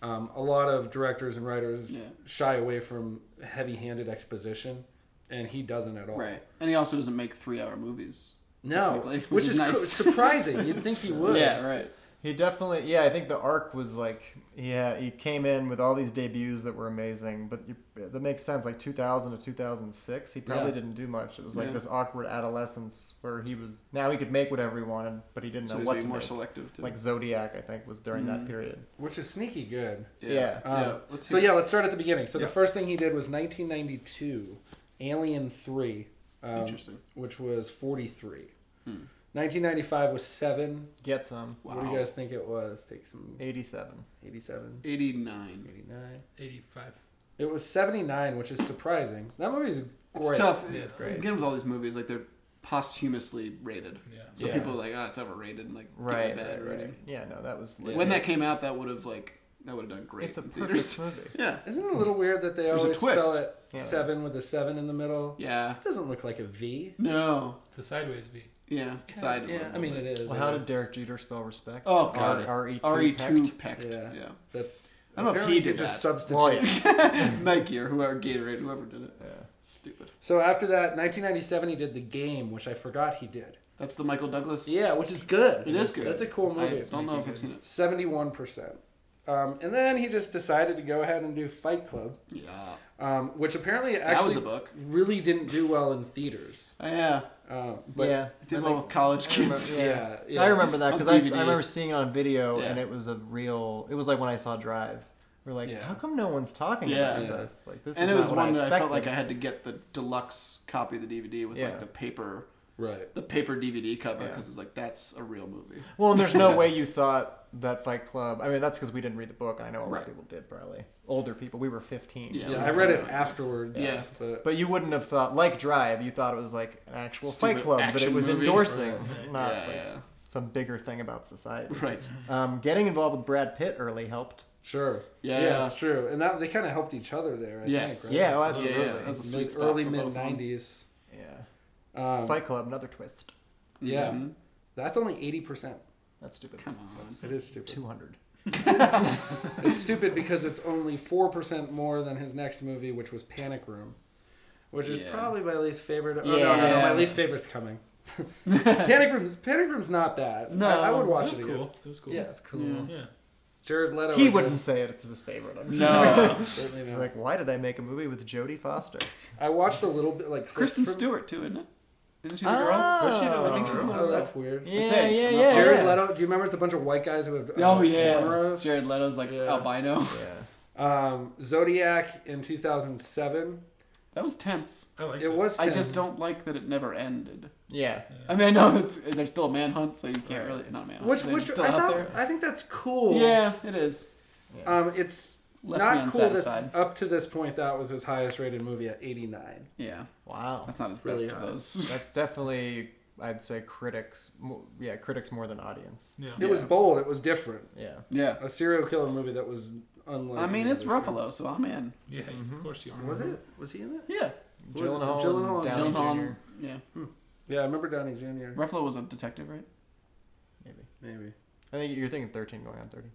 Speaker 3: um, a lot of directors and writers
Speaker 6: Yeah.
Speaker 3: shy away from heavy-handed exposition, and he doesn't at all.
Speaker 6: Right, and he also doesn't make three-hour movies.
Speaker 3: No,
Speaker 6: Technically,
Speaker 3: which,
Speaker 6: which
Speaker 3: is,
Speaker 6: is
Speaker 3: cr-
Speaker 6: nice.
Speaker 3: surprising. You'd think he would.
Speaker 6: Yeah, right.
Speaker 4: he definitely. Yeah, I think the arc was like. Yeah, he came in with all these debuts that were amazing, but you, that makes sense. Like 2000 to 2006, he probably
Speaker 3: Yeah.
Speaker 4: didn't do much. It was like
Speaker 6: Yeah.
Speaker 4: this awkward adolescence where he was. Now he could make whatever he wanted, but he didn't
Speaker 6: So
Speaker 4: know
Speaker 6: he's
Speaker 4: what to
Speaker 6: being more
Speaker 4: make.
Speaker 6: selective. Too.
Speaker 4: Like Zodiac, I think was during
Speaker 6: Mm.
Speaker 4: that period.
Speaker 3: which is sneaky good.
Speaker 4: yeah.
Speaker 3: Um,
Speaker 6: Yeah, let's
Speaker 3: so
Speaker 6: hear
Speaker 3: yeah, let's start at the beginning. So
Speaker 6: Yeah.
Speaker 3: the first thing he did was 1992, Alien Three, um,
Speaker 6: Interesting.
Speaker 3: which was 43. 1995 was seven.
Speaker 4: Get some.
Speaker 3: What do
Speaker 6: Hmm. Wow.
Speaker 3: you guys think it was? Take some
Speaker 4: 87.
Speaker 3: 87,
Speaker 6: 89.
Speaker 3: 89.
Speaker 5: 85.
Speaker 3: It was 79, which is surprising. That movie is
Speaker 6: It's
Speaker 3: great.
Speaker 6: tough.
Speaker 5: Yeah.
Speaker 6: It's Again, with all these movies, like they're posthumously rated.
Speaker 5: Yeah.
Speaker 6: So
Speaker 4: Yeah.
Speaker 6: people are like, ah, it's overrated, and like give it a
Speaker 4: Right,
Speaker 6: bad
Speaker 4: right, right.
Speaker 6: rating.
Speaker 4: Yeah, no, that was.
Speaker 3: Yeah.
Speaker 6: When that came out, that would have like that would have done great.
Speaker 4: it's a
Speaker 6: in
Speaker 4: perfect
Speaker 6: theaters.
Speaker 4: movie.
Speaker 6: Yeah,
Speaker 3: Isn't it a little weird that they
Speaker 6: There's a
Speaker 3: always
Speaker 6: twist.
Speaker 3: spell it
Speaker 4: Yeah.
Speaker 3: seven with a seven in the middle?
Speaker 6: yeah.
Speaker 3: It doesn't look like a V.
Speaker 6: No,
Speaker 5: It's a sideways V.
Speaker 6: yeah. Side.
Speaker 3: Yeah, I mean it is.
Speaker 4: Well, how did Derek Jeter spell respect?
Speaker 6: Oh god.
Speaker 4: R E
Speaker 6: RE two
Speaker 4: two.
Speaker 6: pecked.
Speaker 3: Yeah.
Speaker 6: Yeah.
Speaker 3: That's.
Speaker 6: I don't know if
Speaker 3: apparently
Speaker 6: he
Speaker 3: you
Speaker 6: did
Speaker 3: could Just
Speaker 6: that.
Speaker 3: substitute.
Speaker 6: Nike or whoever, Gatorade, whoever did it.
Speaker 4: Yeah.
Speaker 6: Stupid.
Speaker 3: So after that, 1997, he did The Game, which I forgot he did.
Speaker 6: That's the Michael Douglas.
Speaker 3: Yeah, which is good.
Speaker 6: It is good.
Speaker 3: That's a cool
Speaker 6: I
Speaker 3: movie.
Speaker 6: don't know if I've seen it.
Speaker 3: Seventy-one percent. Um, and then he just decided to go ahead and do Fight Club,
Speaker 6: Yeah.
Speaker 3: um, which apparently
Speaker 6: That was
Speaker 3: actually
Speaker 6: a book.
Speaker 3: really didn't do well in theaters.
Speaker 6: Oh, yeah.
Speaker 3: Um, but
Speaker 4: yeah.
Speaker 6: It did
Speaker 4: I
Speaker 6: well
Speaker 4: think-
Speaker 6: with college
Speaker 4: I remember-
Speaker 6: kids.
Speaker 4: yeah.
Speaker 3: yeah, yeah.
Speaker 4: I remember that
Speaker 6: On
Speaker 4: because I, s- I
Speaker 6: DVD.
Speaker 4: remember seeing it on video
Speaker 6: Yeah.
Speaker 4: and it was a real. It was like when I saw Drive. We're like,
Speaker 3: Yeah.
Speaker 4: how come no one's talking
Speaker 6: Yeah.
Speaker 4: about
Speaker 3: Yeah.
Speaker 4: this? Like this
Speaker 6: and
Speaker 4: is
Speaker 6: it was
Speaker 4: not what
Speaker 6: one that I felt like I
Speaker 4: expected.
Speaker 6: had to get the deluxe copy of the DVD with
Speaker 4: Yeah.
Speaker 6: like the paper,
Speaker 3: Right.
Speaker 6: the paper DVD cover
Speaker 4: Yeah.
Speaker 6: because it was like that's a real movie.
Speaker 4: Well, and there's no way you thought that Fight Club. I mean, that's because we didn't read the book. and I know a lot
Speaker 6: Right.
Speaker 4: of people did, probably older people. We were 15.
Speaker 6: Yeah.
Speaker 3: Yeah,
Speaker 6: we
Speaker 3: I read it
Speaker 6: remember.
Speaker 3: afterwards.
Speaker 6: Yeah.
Speaker 3: but
Speaker 4: But you wouldn't have thought, like Drive, you thought it was like an actual Fight
Speaker 6: Stupid
Speaker 4: Club, but it
Speaker 6: action
Speaker 4: was
Speaker 6: movie.
Speaker 4: endorsing, not
Speaker 6: yeah,
Speaker 4: like
Speaker 6: yeah.
Speaker 4: some bigger thing about society.
Speaker 6: Right.
Speaker 4: Um, getting involved with Brad Pitt early helped.
Speaker 3: sure.
Speaker 6: Yeah.
Speaker 3: it's true. And that they kind of helped each other there. I
Speaker 6: Yes.
Speaker 3: Think, right?
Speaker 4: Yeah, oh,
Speaker 6: Yeah,
Speaker 4: absolutely.
Speaker 6: yeah, that was a sweet
Speaker 3: Mid,
Speaker 6: spot
Speaker 3: early
Speaker 6: for both
Speaker 3: mid
Speaker 6: of them.
Speaker 3: '90s.
Speaker 4: Yeah.
Speaker 3: Um,
Speaker 4: Fight Club, another twist.
Speaker 3: Yeah,
Speaker 6: Mhm.
Speaker 3: that's only eighty percent.
Speaker 4: That's stupid.
Speaker 6: Come on.
Speaker 3: It is stupid.
Speaker 4: Two hundred.
Speaker 3: It's stupid because it's only 4% more than his next movie, which was Panic Room, which is
Speaker 6: Yeah.
Speaker 3: probably my least favorite. Oh, no, no, no, my
Speaker 6: Yeah.
Speaker 3: least favorite's coming. Panic Room's Panic Room's not that. No, I, I would watch
Speaker 5: was
Speaker 3: it, again.
Speaker 5: cool. It was cool.
Speaker 4: Yeah, it's cool.
Speaker 5: Yeah.
Speaker 3: Jared Leto.
Speaker 4: He
Speaker 3: is
Speaker 4: wouldn't say it. It's his favorite. I'm sure.
Speaker 6: No,
Speaker 3: good, certainly
Speaker 4: He's
Speaker 3: not.
Speaker 4: like, why did I make a movie with Jodie Foster?
Speaker 3: I watched a little bit like
Speaker 6: Kristen
Speaker 3: from-
Speaker 6: Stewart too, isn't it? Isn't she the girl?
Speaker 4: Oh.
Speaker 6: Was she the- I think she's the little
Speaker 3: Oh,
Speaker 6: girl.
Speaker 3: that's weird.
Speaker 4: Yeah,
Speaker 6: think.
Speaker 4: yeah,
Speaker 6: I'm
Speaker 4: yeah.
Speaker 6: not-
Speaker 3: Jared Leto. Do you remember it's a bunch of white guys who have uh,
Speaker 6: Oh yeah,
Speaker 3: cameras?
Speaker 6: Jared Leto's like
Speaker 3: Yeah.
Speaker 6: albino.
Speaker 4: Yeah.
Speaker 3: Um, Zodiac in 2007.
Speaker 6: That was tense.
Speaker 5: I liked it.
Speaker 3: It was. 10.
Speaker 6: I just don't like that it never ended.
Speaker 4: Yeah.
Speaker 6: I mean, I know it's, there's still a manhunt, so you can't really not a manhunt.
Speaker 3: Which,
Speaker 6: they're
Speaker 3: which
Speaker 6: still
Speaker 3: I
Speaker 6: out
Speaker 3: thought.
Speaker 6: there.
Speaker 3: I think that's cool.
Speaker 6: Yeah, it is.
Speaker 3: Um, it's
Speaker 6: Left
Speaker 3: not
Speaker 6: me
Speaker 3: cool
Speaker 6: unsatisfied.
Speaker 3: that up to this point that was his highest rated movie at 89.
Speaker 6: Yeah,
Speaker 4: Wow.
Speaker 6: that's not his best
Speaker 3: Really
Speaker 6: of
Speaker 3: odd.
Speaker 6: those.
Speaker 4: That's definitely, I'd say, critics. mo- Yeah, critics more than audience.
Speaker 5: Yeah.
Speaker 3: It was
Speaker 6: Yeah.
Speaker 3: bold. It was different.
Speaker 4: Yeah.
Speaker 6: yeah,
Speaker 3: A serial killer movie that was unlike.
Speaker 6: I mean
Speaker 3: any
Speaker 6: it's
Speaker 3: others.
Speaker 6: Ruffalo, so I'm in.
Speaker 5: Yeah, of course you are.
Speaker 3: Was it? Was he in it?
Speaker 6: Yeah,
Speaker 3: Who was it?
Speaker 4: Gyllenhaal, and
Speaker 3: Gyllenhaal.
Speaker 4: Downey
Speaker 6: Gyllenhaal.
Speaker 4: Jr.
Speaker 6: Yeah,
Speaker 3: Hmm. Yeah, I remember Downey Jr.
Speaker 6: Ruffalo was a detective, right?
Speaker 4: Maybe.
Speaker 3: Maybe.
Speaker 4: I think you're thinking 13 going on 30,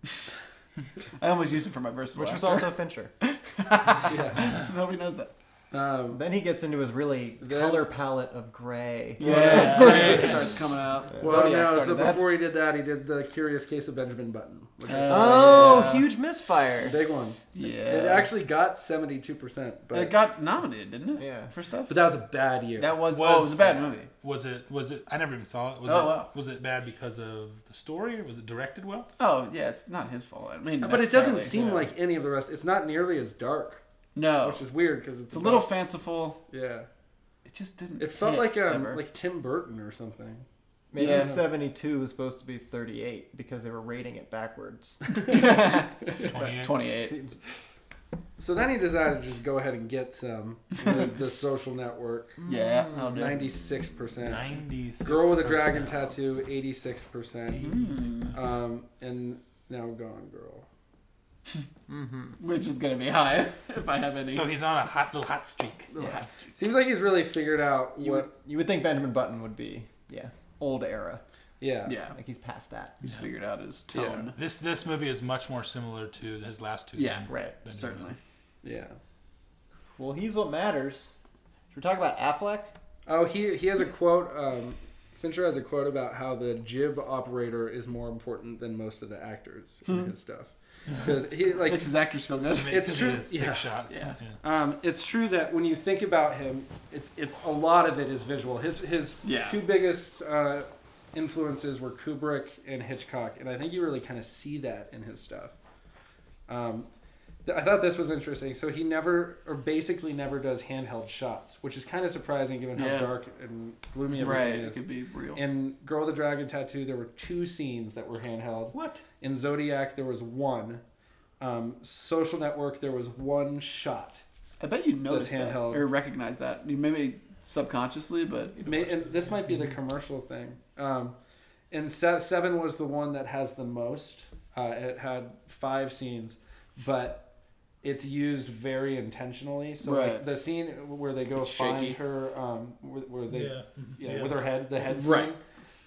Speaker 6: I almost used it for my versatile.
Speaker 4: which was
Speaker 6: actor.
Speaker 4: also Fincher.
Speaker 3: yeah.
Speaker 6: nobody knows that. Uh,
Speaker 3: Um,
Speaker 4: Then he gets into his really
Speaker 3: Then-
Speaker 4: color palette of gray.
Speaker 6: Yeah, Greg starts coming out.
Speaker 3: well,
Speaker 6: Zodiac
Speaker 3: Uh, no.
Speaker 6: started
Speaker 3: So
Speaker 6: that.
Speaker 3: before he did that, he did the Curious Case of Benjamin Button, which I
Speaker 6: Uh,
Speaker 4: Oh,
Speaker 6: Yeah.
Speaker 4: huge misfire.
Speaker 3: big one.
Speaker 6: yeah,
Speaker 3: It actually got 72%, but,
Speaker 6: it got nominated, didn't it?
Speaker 4: Yeah.
Speaker 6: for stuff.
Speaker 3: but that was a bad year.
Speaker 6: That was,
Speaker 5: Was-
Speaker 6: oh, it was a bad movie.
Speaker 5: Was it? Was it? I never even saw it. Was
Speaker 6: Oh,
Speaker 5: it?
Speaker 6: wow.
Speaker 5: Was it bad because of the story, or was it directed well?
Speaker 6: Oh yeah, it's not his fault. I mean,
Speaker 3: but it doesn't
Speaker 6: necessarily.
Speaker 3: seem like any of the rest. It's not nearly as dark,
Speaker 6: No,
Speaker 3: which is weird because it's
Speaker 6: it's a little
Speaker 3: about-
Speaker 6: fanciful.
Speaker 3: yeah,
Speaker 6: It just didn't.
Speaker 3: it felt
Speaker 6: hit
Speaker 3: like um,
Speaker 6: ever.
Speaker 3: like Tim Burton or something.
Speaker 4: Maybe
Speaker 6: Yeah.
Speaker 4: 72 was supposed to be 38 because they were rating it backwards.
Speaker 5: Twenty-eight.
Speaker 6: 28.
Speaker 3: So then he decided to just go ahead and get some the, the Social Network,
Speaker 6: Yeah, that'll do.
Speaker 3: ninety six percent.
Speaker 5: Ninety-six.
Speaker 3: Girl with a Dragon
Speaker 5: percent.
Speaker 3: Tattoo, eighty six percent.
Speaker 4: Hmm.
Speaker 3: Um, and now Gone Girl.
Speaker 6: which is gonna be high if I have any.
Speaker 5: So he's on a hot little hot streak.
Speaker 6: yeah.
Speaker 3: Seems like he's really figured out
Speaker 4: You
Speaker 3: what.
Speaker 4: would, you would think Benjamin Button would be, yeah, old era.
Speaker 3: Yeah.
Speaker 6: yeah,
Speaker 4: Like he's past that.
Speaker 6: he's figured out his tone.
Speaker 5: This this movie is much more similar to his last two.
Speaker 6: Yeah.
Speaker 5: than-
Speaker 4: Right.
Speaker 3: uh,
Speaker 5: than-
Speaker 6: Certainly.
Speaker 3: Yeah.
Speaker 4: Well, he's what matters. Should we talk about Affleck?
Speaker 3: Oh, he he has a quote. Um, Fincher has a quote about how the jib operator is more important than most of the acters
Speaker 4: Hmm.
Speaker 3: in his stuff. Because he like
Speaker 6: Makes his actors feel good.
Speaker 5: Because
Speaker 3: It's
Speaker 5: he
Speaker 3: true,
Speaker 5: did Six
Speaker 3: yeah.
Speaker 5: shots.
Speaker 6: Yeah.
Speaker 3: Um, it's true that when you think about him, it's, it's a lot of it is visual. His his
Speaker 6: Yeah.
Speaker 3: two biggest uh, influences were Kubrick and Hitchcock, and I think you really kind of see that in his stuff. Um, th- I thought this was interesting. So he never, or basically never, does handheld shots, which is kind of surprising given how
Speaker 6: Yeah.
Speaker 3: dark and gloomy everything
Speaker 6: Right, it
Speaker 3: is.
Speaker 6: could be real.
Speaker 3: In Girl with the Dragon Tattoo, there were two scenes that were handheld.
Speaker 5: What?
Speaker 3: In Zodiac, there was one. Um, Social Network, there was one shot.
Speaker 6: I bet you notice that
Speaker 3: handheld.
Speaker 6: or recognize that. You maybe subconsciously, but
Speaker 3: May, and this might be
Speaker 6: Mm-hmm.
Speaker 3: the commercial thing. Um, and se- seven was the one that has the most. Uh, it had five scenes, but it's used very intentionally. So like
Speaker 6: Right.
Speaker 3: the scene where they go
Speaker 6: It's
Speaker 3: find
Speaker 6: shaky.
Speaker 3: her, um, where, where they
Speaker 5: Yeah.
Speaker 3: yeah.
Speaker 5: Yeah.
Speaker 3: with her head, the head scene.
Speaker 6: Right.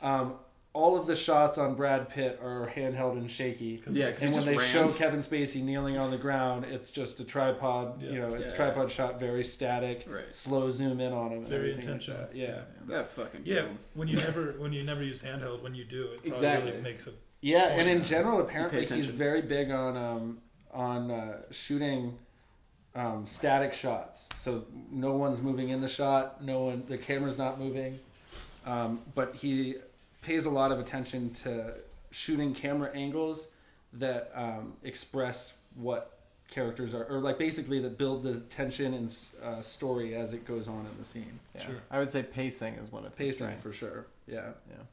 Speaker 3: Um, all of the shots on Brad Pitt are handheld and shaky.
Speaker 6: yeah, 'cause he
Speaker 3: And when
Speaker 6: just
Speaker 3: they
Speaker 6: ran.
Speaker 3: show Kevin Spacey kneeling on the ground, it's just a tripod.
Speaker 5: Yeah.
Speaker 3: You know, it's
Speaker 6: Yeah.
Speaker 3: tripod shot, very static,
Speaker 6: Right.
Speaker 3: slow zoom in on him. and
Speaker 5: Very
Speaker 3: everything like
Speaker 5: intentional.
Speaker 3: that. yeah.
Speaker 6: that fucking
Speaker 5: Yeah.
Speaker 6: film.
Speaker 5: When you never when you never use handheld, when you do, it probably
Speaker 6: Exactly.
Speaker 5: really makes a
Speaker 3: Yeah, and in
Speaker 5: Yeah.
Speaker 3: general, apparently he's
Speaker 6: attention.
Speaker 3: very big on um, on uh, shooting um, static shots. So no one's moving in the shot. No one, the camera's not moving. Um, but he pays a lot of attention to shooting camera angles that um, express what characters are, or like basically that build the tension and uh, story as it goes on in the scene.
Speaker 4: Yeah.
Speaker 5: Sure.
Speaker 4: I would say pacing is one of his
Speaker 3: Pacing
Speaker 4: strengths.
Speaker 3: for sure. Yeah.
Speaker 4: Yeah.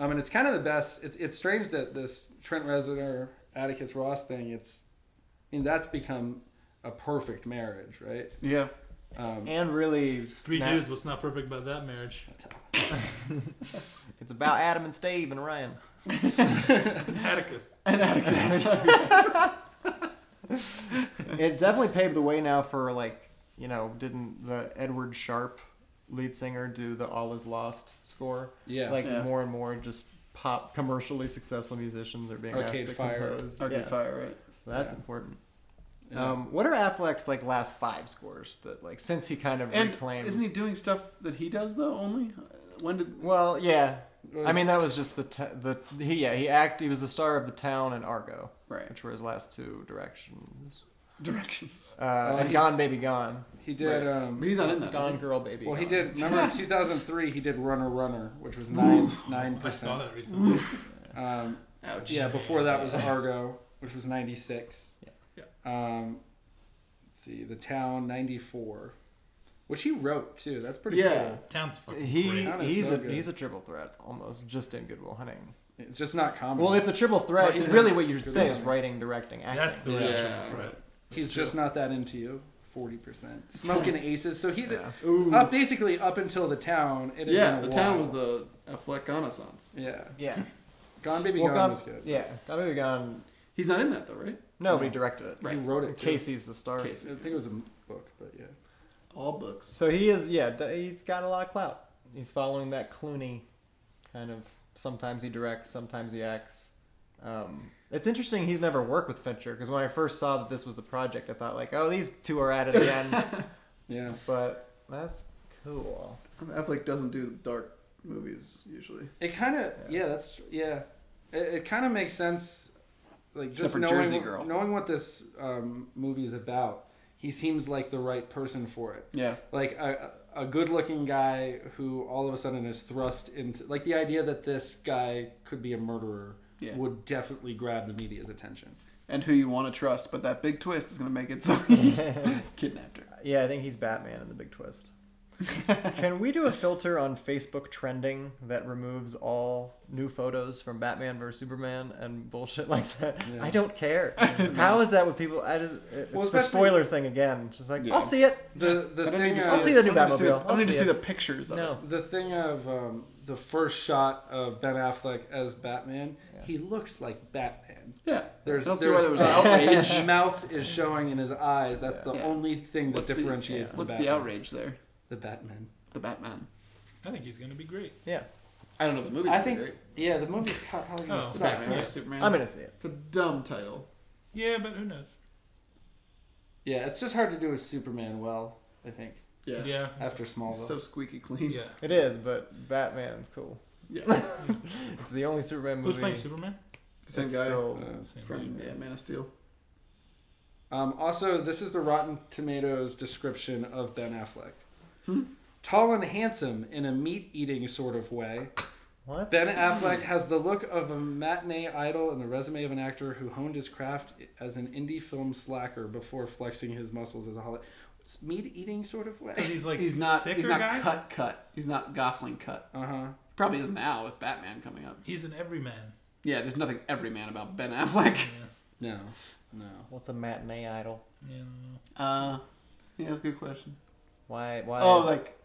Speaker 3: I mean, it's kind of the best. It's it's strange that this Trent Reznor Atticus Ross thing. It's, I mean, that's become a perfect marriage, right?
Speaker 6: Yeah,
Speaker 3: Um,
Speaker 4: And really,
Speaker 5: three
Speaker 4: now-
Speaker 5: dudes. What's not perfect about that marriage?
Speaker 4: It's about Adam and Steve and Ryan.
Speaker 5: Atticus.
Speaker 6: and Atticus.
Speaker 4: it definitely paved the way now for like you know didn't the edward sharp lead singer do the all is lost score
Speaker 3: yeah,
Speaker 4: like
Speaker 6: Yeah.
Speaker 4: more and more just pop commercially successful musicians are being
Speaker 3: Arcade
Speaker 4: asked to
Speaker 3: Fire.
Speaker 4: compose.
Speaker 6: Arcade
Speaker 4: Yeah.
Speaker 6: Fire, right?
Speaker 4: That's
Speaker 6: Yeah.
Speaker 4: important.
Speaker 6: Yeah.
Speaker 4: Um, what are Affleck's like last five scores that like since he kind of
Speaker 6: And
Speaker 4: reclaimed?
Speaker 6: isn't he doing stuff that he does though? Only Uh, when did?
Speaker 4: well, yeah.
Speaker 3: Was-
Speaker 4: I mean, that was just the t- the he yeah he act he was the star of The Town and Argo,
Speaker 6: Right.
Speaker 4: which were his last two directions.
Speaker 6: Directions.
Speaker 4: Uh, and Gone Baby Gone,
Speaker 3: He did. Um,
Speaker 6: But he's not in that. is
Speaker 4: Gone
Speaker 6: he?
Speaker 4: Girl Baby.
Speaker 3: well, he
Speaker 4: Gone.
Speaker 3: did. Remember in 2003, he did Runner Runner, which was nine nine
Speaker 5: I saw
Speaker 3: percent.
Speaker 5: that recently.
Speaker 3: Um,
Speaker 6: Ouch.
Speaker 3: yeah, before that was Argo, which was 96.
Speaker 6: Yeah.
Speaker 3: Um, let's see, The Town 94, which he wrote too. That's pretty
Speaker 6: Yeah.
Speaker 5: Town's fucking
Speaker 4: He
Speaker 5: great.
Speaker 3: That is
Speaker 4: he's
Speaker 3: so
Speaker 4: a
Speaker 3: good.
Speaker 4: he's a triple threat almost just in Goodwill Hunting.
Speaker 3: cool. It's just not comedy.
Speaker 4: Well, if the triple threat,
Speaker 3: Mm-hmm. Right.
Speaker 4: really what you should say is
Speaker 3: Yeah.
Speaker 4: writing, directing, acting.
Speaker 5: That's the
Speaker 3: Yeah.
Speaker 5: real
Speaker 6: Yeah.
Speaker 5: triple threat.
Speaker 3: He's
Speaker 5: That's true.
Speaker 3: just not that into you. Forty percent smoking aces. So he,
Speaker 4: Yeah.
Speaker 3: up basically up until the town. It had
Speaker 6: Yeah,
Speaker 3: been
Speaker 6: the
Speaker 3: a
Speaker 6: town
Speaker 3: while.
Speaker 6: was the Affleck Renaissance.
Speaker 3: yeah.
Speaker 4: yeah.
Speaker 3: Gone Baby
Speaker 4: Well,
Speaker 3: Gone,
Speaker 4: Gone,
Speaker 3: was good.
Speaker 4: yeah, Gone Baby Gone.
Speaker 6: He's not in that though, right?
Speaker 4: No, but he directed it.
Speaker 3: He wrote it. Too.
Speaker 4: Casey's the star.
Speaker 3: I
Speaker 6: Casey.
Speaker 3: think it was a m- book, but yeah.
Speaker 6: All books.
Speaker 4: So he is, yeah, d- he's got a lot of clout. He's following that Clooney kind of. Sometimes he directs, sometimes he acts. Um, it's interesting he's never worked with Fincher because when I first saw that this was the project, I thought like, oh, these two are at it again.
Speaker 3: Yeah.
Speaker 4: but that's cool.
Speaker 6: Affleck doesn't do dark movies usually.
Speaker 3: It kind of yeah. That's yeah. It, it kind of makes sense. Like
Speaker 6: Except
Speaker 3: just
Speaker 6: for
Speaker 3: knowing
Speaker 6: Jersey
Speaker 3: what,
Speaker 6: Girl.
Speaker 3: knowing what this um, movie is about, he seems like the right person for it.
Speaker 6: Yeah.
Speaker 3: Like a a good looking guy who all of a sudden is thrust into like the idea that this guy could be a murderer
Speaker 6: Yeah.
Speaker 3: would definitely grab the media's attention.
Speaker 6: And who you want to trust, but that big twist is gonna make it so he kidnapped her.
Speaker 4: Yeah, I think he's Batman in the big twist. Can we do a filter on Facebook trending that removes all new photos from Batman versus Superman and bullshit like that?
Speaker 3: Yeah.
Speaker 4: I don't care. How is that with people? I just, it- it's
Speaker 3: Well,
Speaker 4: the
Speaker 3: especially-
Speaker 4: spoiler thing again. Just like,
Speaker 6: Yeah.
Speaker 4: I'll see it.
Speaker 3: The the
Speaker 6: I don't
Speaker 3: thing
Speaker 6: need to
Speaker 3: uh,
Speaker 4: I'll see the new
Speaker 6: I don't need to see
Speaker 4: Batmobile.
Speaker 6: the- I don't
Speaker 4: I'll
Speaker 6: need to
Speaker 4: see
Speaker 6: see
Speaker 4: it.
Speaker 6: the pictures of
Speaker 4: No.
Speaker 6: it.
Speaker 3: The thing of um, the first shot of Ben Affleck as Batman, he looks like Batman.
Speaker 6: Yeah.
Speaker 3: There's,
Speaker 6: I don't see
Speaker 3: there's
Speaker 6: why there was outrage.
Speaker 3: His mouth is showing in his eyes. That's the
Speaker 6: Yeah.
Speaker 3: only thing that
Speaker 6: What's the-
Speaker 3: differentiates the,
Speaker 6: What's
Speaker 3: Batman.
Speaker 6: the outrage there?
Speaker 3: The Batman.
Speaker 6: The Batman.
Speaker 5: I think he's gonna be great.
Speaker 4: Yeah,
Speaker 6: I don't know the movie's
Speaker 3: I
Speaker 6: gonna be
Speaker 3: think.
Speaker 6: great.
Speaker 3: Yeah, the movie's co- probably gonna
Speaker 5: Oh.
Speaker 6: The
Speaker 5: It's
Speaker 3: suck.
Speaker 6: Batman
Speaker 5: yeah.
Speaker 6: versus Superman.
Speaker 4: I'm gonna see it.
Speaker 6: It's a dumb title.
Speaker 5: Yeah, but who knows?
Speaker 3: Yeah, it's just hard to do with Superman well. I think
Speaker 6: Yeah.
Speaker 5: Yeah.
Speaker 3: after Smallville.
Speaker 6: So squeaky clean.
Speaker 5: Yeah.
Speaker 4: It is, but Batman's cool.
Speaker 6: Yeah.
Speaker 4: It's the only Superman movie.
Speaker 5: Who's playing Superman?
Speaker 6: Same
Speaker 4: that's
Speaker 6: guy
Speaker 4: still-
Speaker 3: Uh,
Speaker 5: Same
Speaker 6: from
Speaker 5: guy.
Speaker 6: yeah, Man of Steel.
Speaker 3: Um, also, this is the Rotten Tomatoes description of Ben Affleck.
Speaker 6: Hmm.
Speaker 3: Tall and handsome in a meat eating sort of way.
Speaker 4: What?
Speaker 3: Ben Affleck
Speaker 6: Hmm.
Speaker 3: has the look of a matinee idol and the resume of an actor who honed his craft as an indie film slacker before flexing his muscles as a Hollywood meat eating sort of
Speaker 5: Because
Speaker 3: way.
Speaker 5: he's like
Speaker 6: He's not.
Speaker 5: thicker
Speaker 6: He's not
Speaker 5: guy.
Speaker 6: cut. Cut. He's not Gosling cut.
Speaker 3: Uh huh.
Speaker 6: Probably is now with Batman coming up.
Speaker 5: He's an everyman.
Speaker 6: Yeah, there's nothing everyman about Ben Affleck.
Speaker 3: No, no.
Speaker 4: What's a matinee idol?
Speaker 5: Yeah, I don't know.
Speaker 6: Uh, yeah, that's a good question.
Speaker 4: Why? Why?
Speaker 6: Oh,
Speaker 4: is,
Speaker 6: like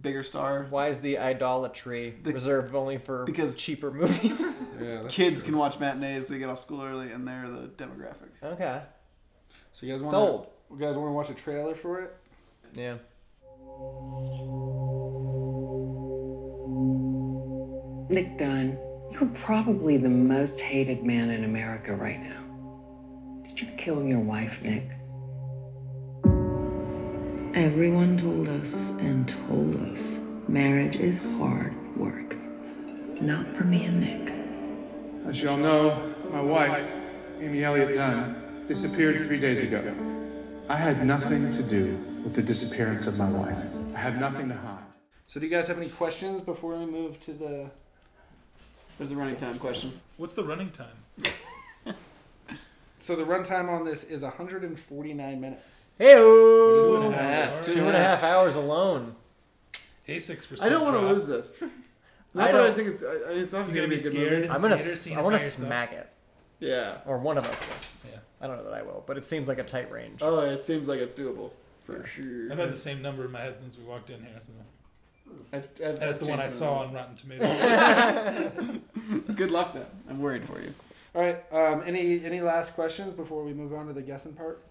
Speaker 6: bigger star.
Speaker 4: why is the idolatry
Speaker 6: The-
Speaker 4: reserved only for
Speaker 6: because-
Speaker 4: cheaper movies?
Speaker 3: Yeah. that's
Speaker 6: Kids
Speaker 3: true.
Speaker 6: can watch matinees. They get off school early, and they're the demographic.
Speaker 4: okay,
Speaker 3: So you guys want
Speaker 4: sold.
Speaker 3: you guys want to watch a trailer for it?
Speaker 4: Yeah.
Speaker 8: Nick Dunn, you're probably the most hated man in America right now. Did you kill your wife, Nick?
Speaker 9: Everyone told us and told us marriage is hard work. Not for me and Nick.
Speaker 10: As you all know, my wife, Amy Elliott Dunn, disappeared three days ago. I had nothing to do with the disappearance of my wife. I had nothing to hide.
Speaker 3: So do you guys have any questions before we move to the?
Speaker 6: There's a running time question.
Speaker 5: What's the running time?
Speaker 3: So the runtime on this is 149 minutes.
Speaker 4: Hey,
Speaker 5: Two and a half
Speaker 6: that's
Speaker 5: hours.
Speaker 4: two and a half hours alone.
Speaker 5: Eighty-six percent.
Speaker 6: I don't want
Speaker 5: drop.
Speaker 6: to lose this. Not
Speaker 4: I
Speaker 6: that I
Speaker 4: don't-
Speaker 6: think it's. I- I- It's obviously
Speaker 5: You're
Speaker 6: gonna
Speaker 5: gonna
Speaker 6: be
Speaker 5: be
Speaker 6: a good
Speaker 5: scared.
Speaker 6: movie.
Speaker 4: I'm gonna.
Speaker 5: Haters
Speaker 4: s-
Speaker 5: seen
Speaker 4: I
Speaker 5: it
Speaker 4: want to
Speaker 5: by yourself.
Speaker 4: smack it,
Speaker 6: Yeah.
Speaker 4: or one of us will.
Speaker 5: Yeah.
Speaker 4: I don't know that I will, but it seems like a tight range.
Speaker 6: Oh, it seems like it's doable for sure.
Speaker 5: I've had the same number in my head since we walked in here. So.
Speaker 6: I've- I've-
Speaker 5: That's
Speaker 6: I've
Speaker 5: the one I
Speaker 6: changed
Speaker 5: saw on Rotten Tomatoes.
Speaker 6: it. Good luck, then. I'm worried for you.
Speaker 3: All right. Um, any any last questions before we move on to the guessing part?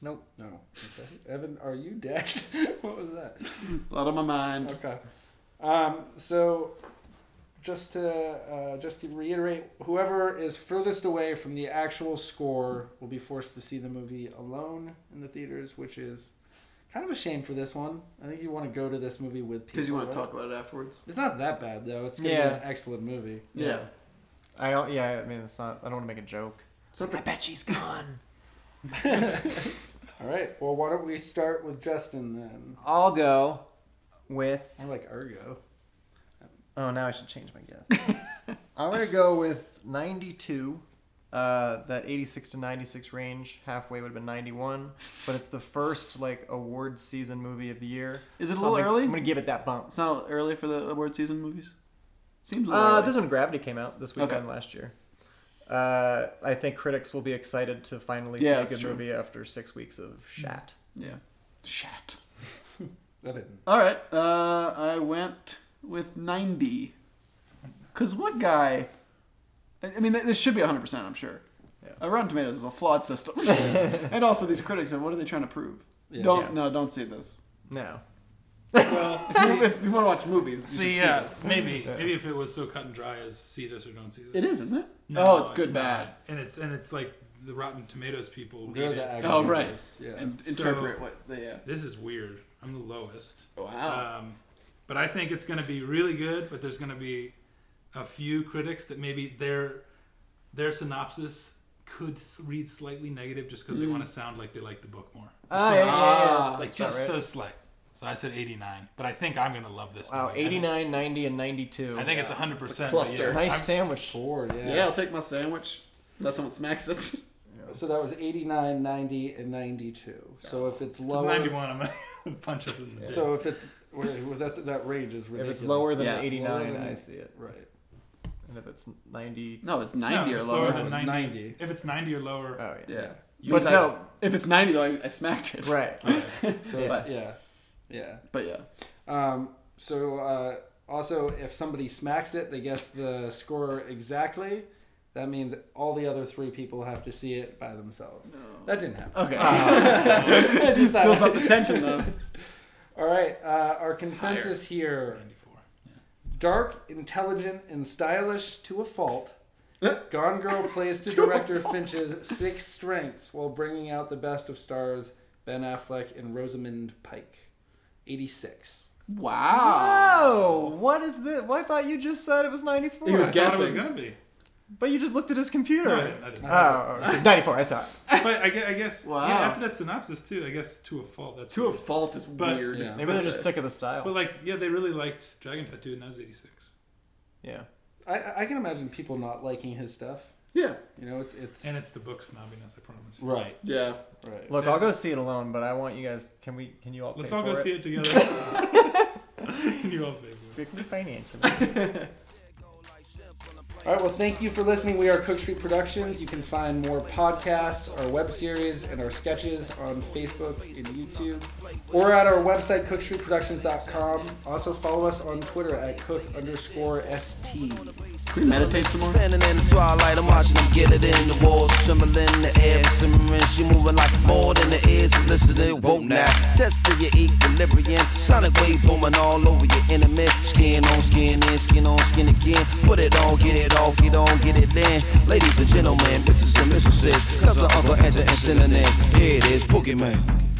Speaker 4: Nope.
Speaker 3: No. Okay. Evan, are you dead? what was that?
Speaker 6: A lot on my mind.
Speaker 3: Okay. Um, so just to uh, just to reiterate, whoever is furthest away from the actual score will be forced to see the movie alone in the theaters, which is kind of a shame for this one. I think you want to go to this movie with people.
Speaker 6: Because you want
Speaker 3: right?
Speaker 6: to talk about it afterwards.
Speaker 3: It's not that bad though. It's gonna be
Speaker 4: Yeah.
Speaker 3: an excellent movie.
Speaker 6: Yeah.
Speaker 4: I don't, yeah, I mean, it's not. I don't want to make a joke. So I bet she's gone.
Speaker 3: All right. Well, why don't we start with Justin then?
Speaker 4: I'll go with.
Speaker 3: I like Ergo.
Speaker 4: Oh, now I should change my guess. I'm gonna go with 92. Uh, that 86 to 96 range, halfway would have been 91, but it's the first like award season movie of the year.
Speaker 6: Is it a
Speaker 4: So
Speaker 6: little
Speaker 4: I'm gonna-
Speaker 6: early?
Speaker 4: I'm gonna give it that bump.
Speaker 6: It's not early for the award season movies. Seems a little
Speaker 4: Uh,
Speaker 6: early.
Speaker 4: this one, Gravity, came out this weekend
Speaker 6: Okay.
Speaker 4: last year. Uh, I think critics will be excited to finally
Speaker 6: Yeah,
Speaker 4: see
Speaker 6: that's
Speaker 4: a good
Speaker 6: true.
Speaker 4: movie after six weeks of shat.
Speaker 6: Yeah. Shat.
Speaker 3: Evan.
Speaker 6: All right. Uh, I went with 90. Because what guy. I I mean, th- this should be 100%, I'm sure.
Speaker 4: Yeah.
Speaker 6: Uh, Rotten Tomatoes is a flawed system. and also, these critics, are, what are they trying to prove?
Speaker 3: Yeah.
Speaker 6: don't
Speaker 4: Yeah.
Speaker 6: No, don't see this.
Speaker 4: No.
Speaker 5: Well,
Speaker 6: if you want to watch movies, you
Speaker 5: see,
Speaker 6: should
Speaker 5: uh, yeah,
Speaker 6: see
Speaker 5: maybe, maybe if it was so cut and dry as see this or don't see this.
Speaker 6: this. It is, isn't it?
Speaker 5: No,
Speaker 6: oh, it's good,
Speaker 5: not.
Speaker 6: bad.
Speaker 5: and it's and it's like the Rotten Tomatoes people.
Speaker 3: They're
Speaker 5: read
Speaker 3: the
Speaker 5: it.
Speaker 3: actors.
Speaker 6: Oh, right.
Speaker 3: Yeah.
Speaker 6: And
Speaker 5: So-
Speaker 6: interpret what they. Yeah.
Speaker 5: This is weird. I'm the lowest.
Speaker 6: Oh, Wow.
Speaker 5: Um, but I think it's going to be really good. But there's going to be a few critics that maybe their their synopsis could s- read slightly negative just because they want to sound like they like the book more.
Speaker 4: Hmm. Ah, yeah, yeah, yeah,
Speaker 5: It's
Speaker 4: that's-
Speaker 5: like
Speaker 4: that's about
Speaker 5: just
Speaker 4: right.
Speaker 5: so slight. So I said 89, but I think I'm going to love this.
Speaker 4: Wow,
Speaker 5: movie. I think-
Speaker 4: 89, 90, and 92.
Speaker 5: I think it's 100. percent
Speaker 6: cluster.
Speaker 5: Yeah,
Speaker 4: nice
Speaker 5: I'm-
Speaker 4: sandwich.
Speaker 3: Four.
Speaker 6: yeah. I'll take my sandwich. Unless someone smacks it.
Speaker 3: So that was 89, 90, and 92. So if it's
Speaker 5: it's
Speaker 3: lower.
Speaker 5: 91. I'm going to punch us in the. dick.
Speaker 3: So if it's. wait, well, That, that range is
Speaker 4: If
Speaker 3: ridiculous.
Speaker 4: it's lower than
Speaker 6: Yeah.
Speaker 4: 89,
Speaker 3: Lower than-
Speaker 4: I see it.
Speaker 3: Right.
Speaker 4: And if it's 90,
Speaker 6: No, it's
Speaker 5: No,
Speaker 6: 90 or
Speaker 5: it's
Speaker 6: lower.
Speaker 5: than
Speaker 3: No,
Speaker 5: 90.
Speaker 3: 90.
Speaker 5: If it's 90 or lower,
Speaker 4: oh yeah.
Speaker 6: Yeah.
Speaker 5: You
Speaker 4: But
Speaker 5: said-
Speaker 4: no,
Speaker 6: If it's 90, though, I, I smacked it.
Speaker 4: right.
Speaker 3: So
Speaker 4: Yeah.
Speaker 3: it's- yeah. Yeah.
Speaker 6: But yeah.
Speaker 3: Um, so uh, also, if somebody smacks it, they guess the score exactly. That means all the other three people have to see it by themselves. That didn't happen.
Speaker 6: Okay.
Speaker 3: I just thought-
Speaker 6: Built up the tension, though.
Speaker 3: all right, uh, our consensus here:
Speaker 5: 94.
Speaker 3: dark, intelligent, and stylish to a fault. Gone Girl plays to, director Finch's six strengths while bringing out the best of stars Ben Affleck and Rosamund Pike. Eighty-six.
Speaker 6: Wow.
Speaker 4: Oh, what is this? Well, I thought you just said it was 94.
Speaker 6: He was
Speaker 5: I thought it was
Speaker 6: guessing.
Speaker 5: going to be.
Speaker 4: but you just looked at his
Speaker 5: No,
Speaker 4: computer.
Speaker 5: I didn't- I didn't.
Speaker 4: Oh, okay. 94, I saw it.
Speaker 5: but I guess, I guess
Speaker 6: Wow.
Speaker 5: yeah, after that synopsis too, I guess to a fault. That's
Speaker 6: To a
Speaker 5: weird.
Speaker 6: fault is
Speaker 5: But-
Speaker 6: weird.
Speaker 3: Yeah.
Speaker 4: Maybe they're just sick of the
Speaker 5: But
Speaker 4: style.
Speaker 5: like, yeah, they really liked Dragon Tattoo, and that was '86.
Speaker 4: Yeah.
Speaker 3: I, I can imagine people not liking his stuff.
Speaker 6: Yeah.
Speaker 3: You know, it's it's
Speaker 5: And it's the book snobbiness, I promise.
Speaker 3: right,
Speaker 6: Yeah.
Speaker 3: right.
Speaker 4: Look, I'll go see it alone, but I want you guys. Can we? Can you all?
Speaker 5: Let's
Speaker 4: pay
Speaker 5: all go
Speaker 4: for
Speaker 5: see it together. you all favor.
Speaker 4: Strictly financially.
Speaker 3: All right, well, thank you for listening. We are Cook Street Productions. You can find more podcasts, our web series, and our sketches on Facebook and YouTube, or at our website, cookstreetproductions.com. Also, follow us on Twitter at cook underscore st.
Speaker 6: Premeditate some more.
Speaker 2: Standing in the twilight, I'm watching them get it in the walls, trembling in the air, simmering. She moving like more than the ears. Listening, won't now. Test to your equilibrium. Sonic wave booming all over your intimate. Skin on skin, in skin on skin again. Put it on, get it off, get on, get it in. Ladies and gentlemen, misters and mistresses, cousin, uncle, aunt, and synonyms. Here it is, Boogeyman.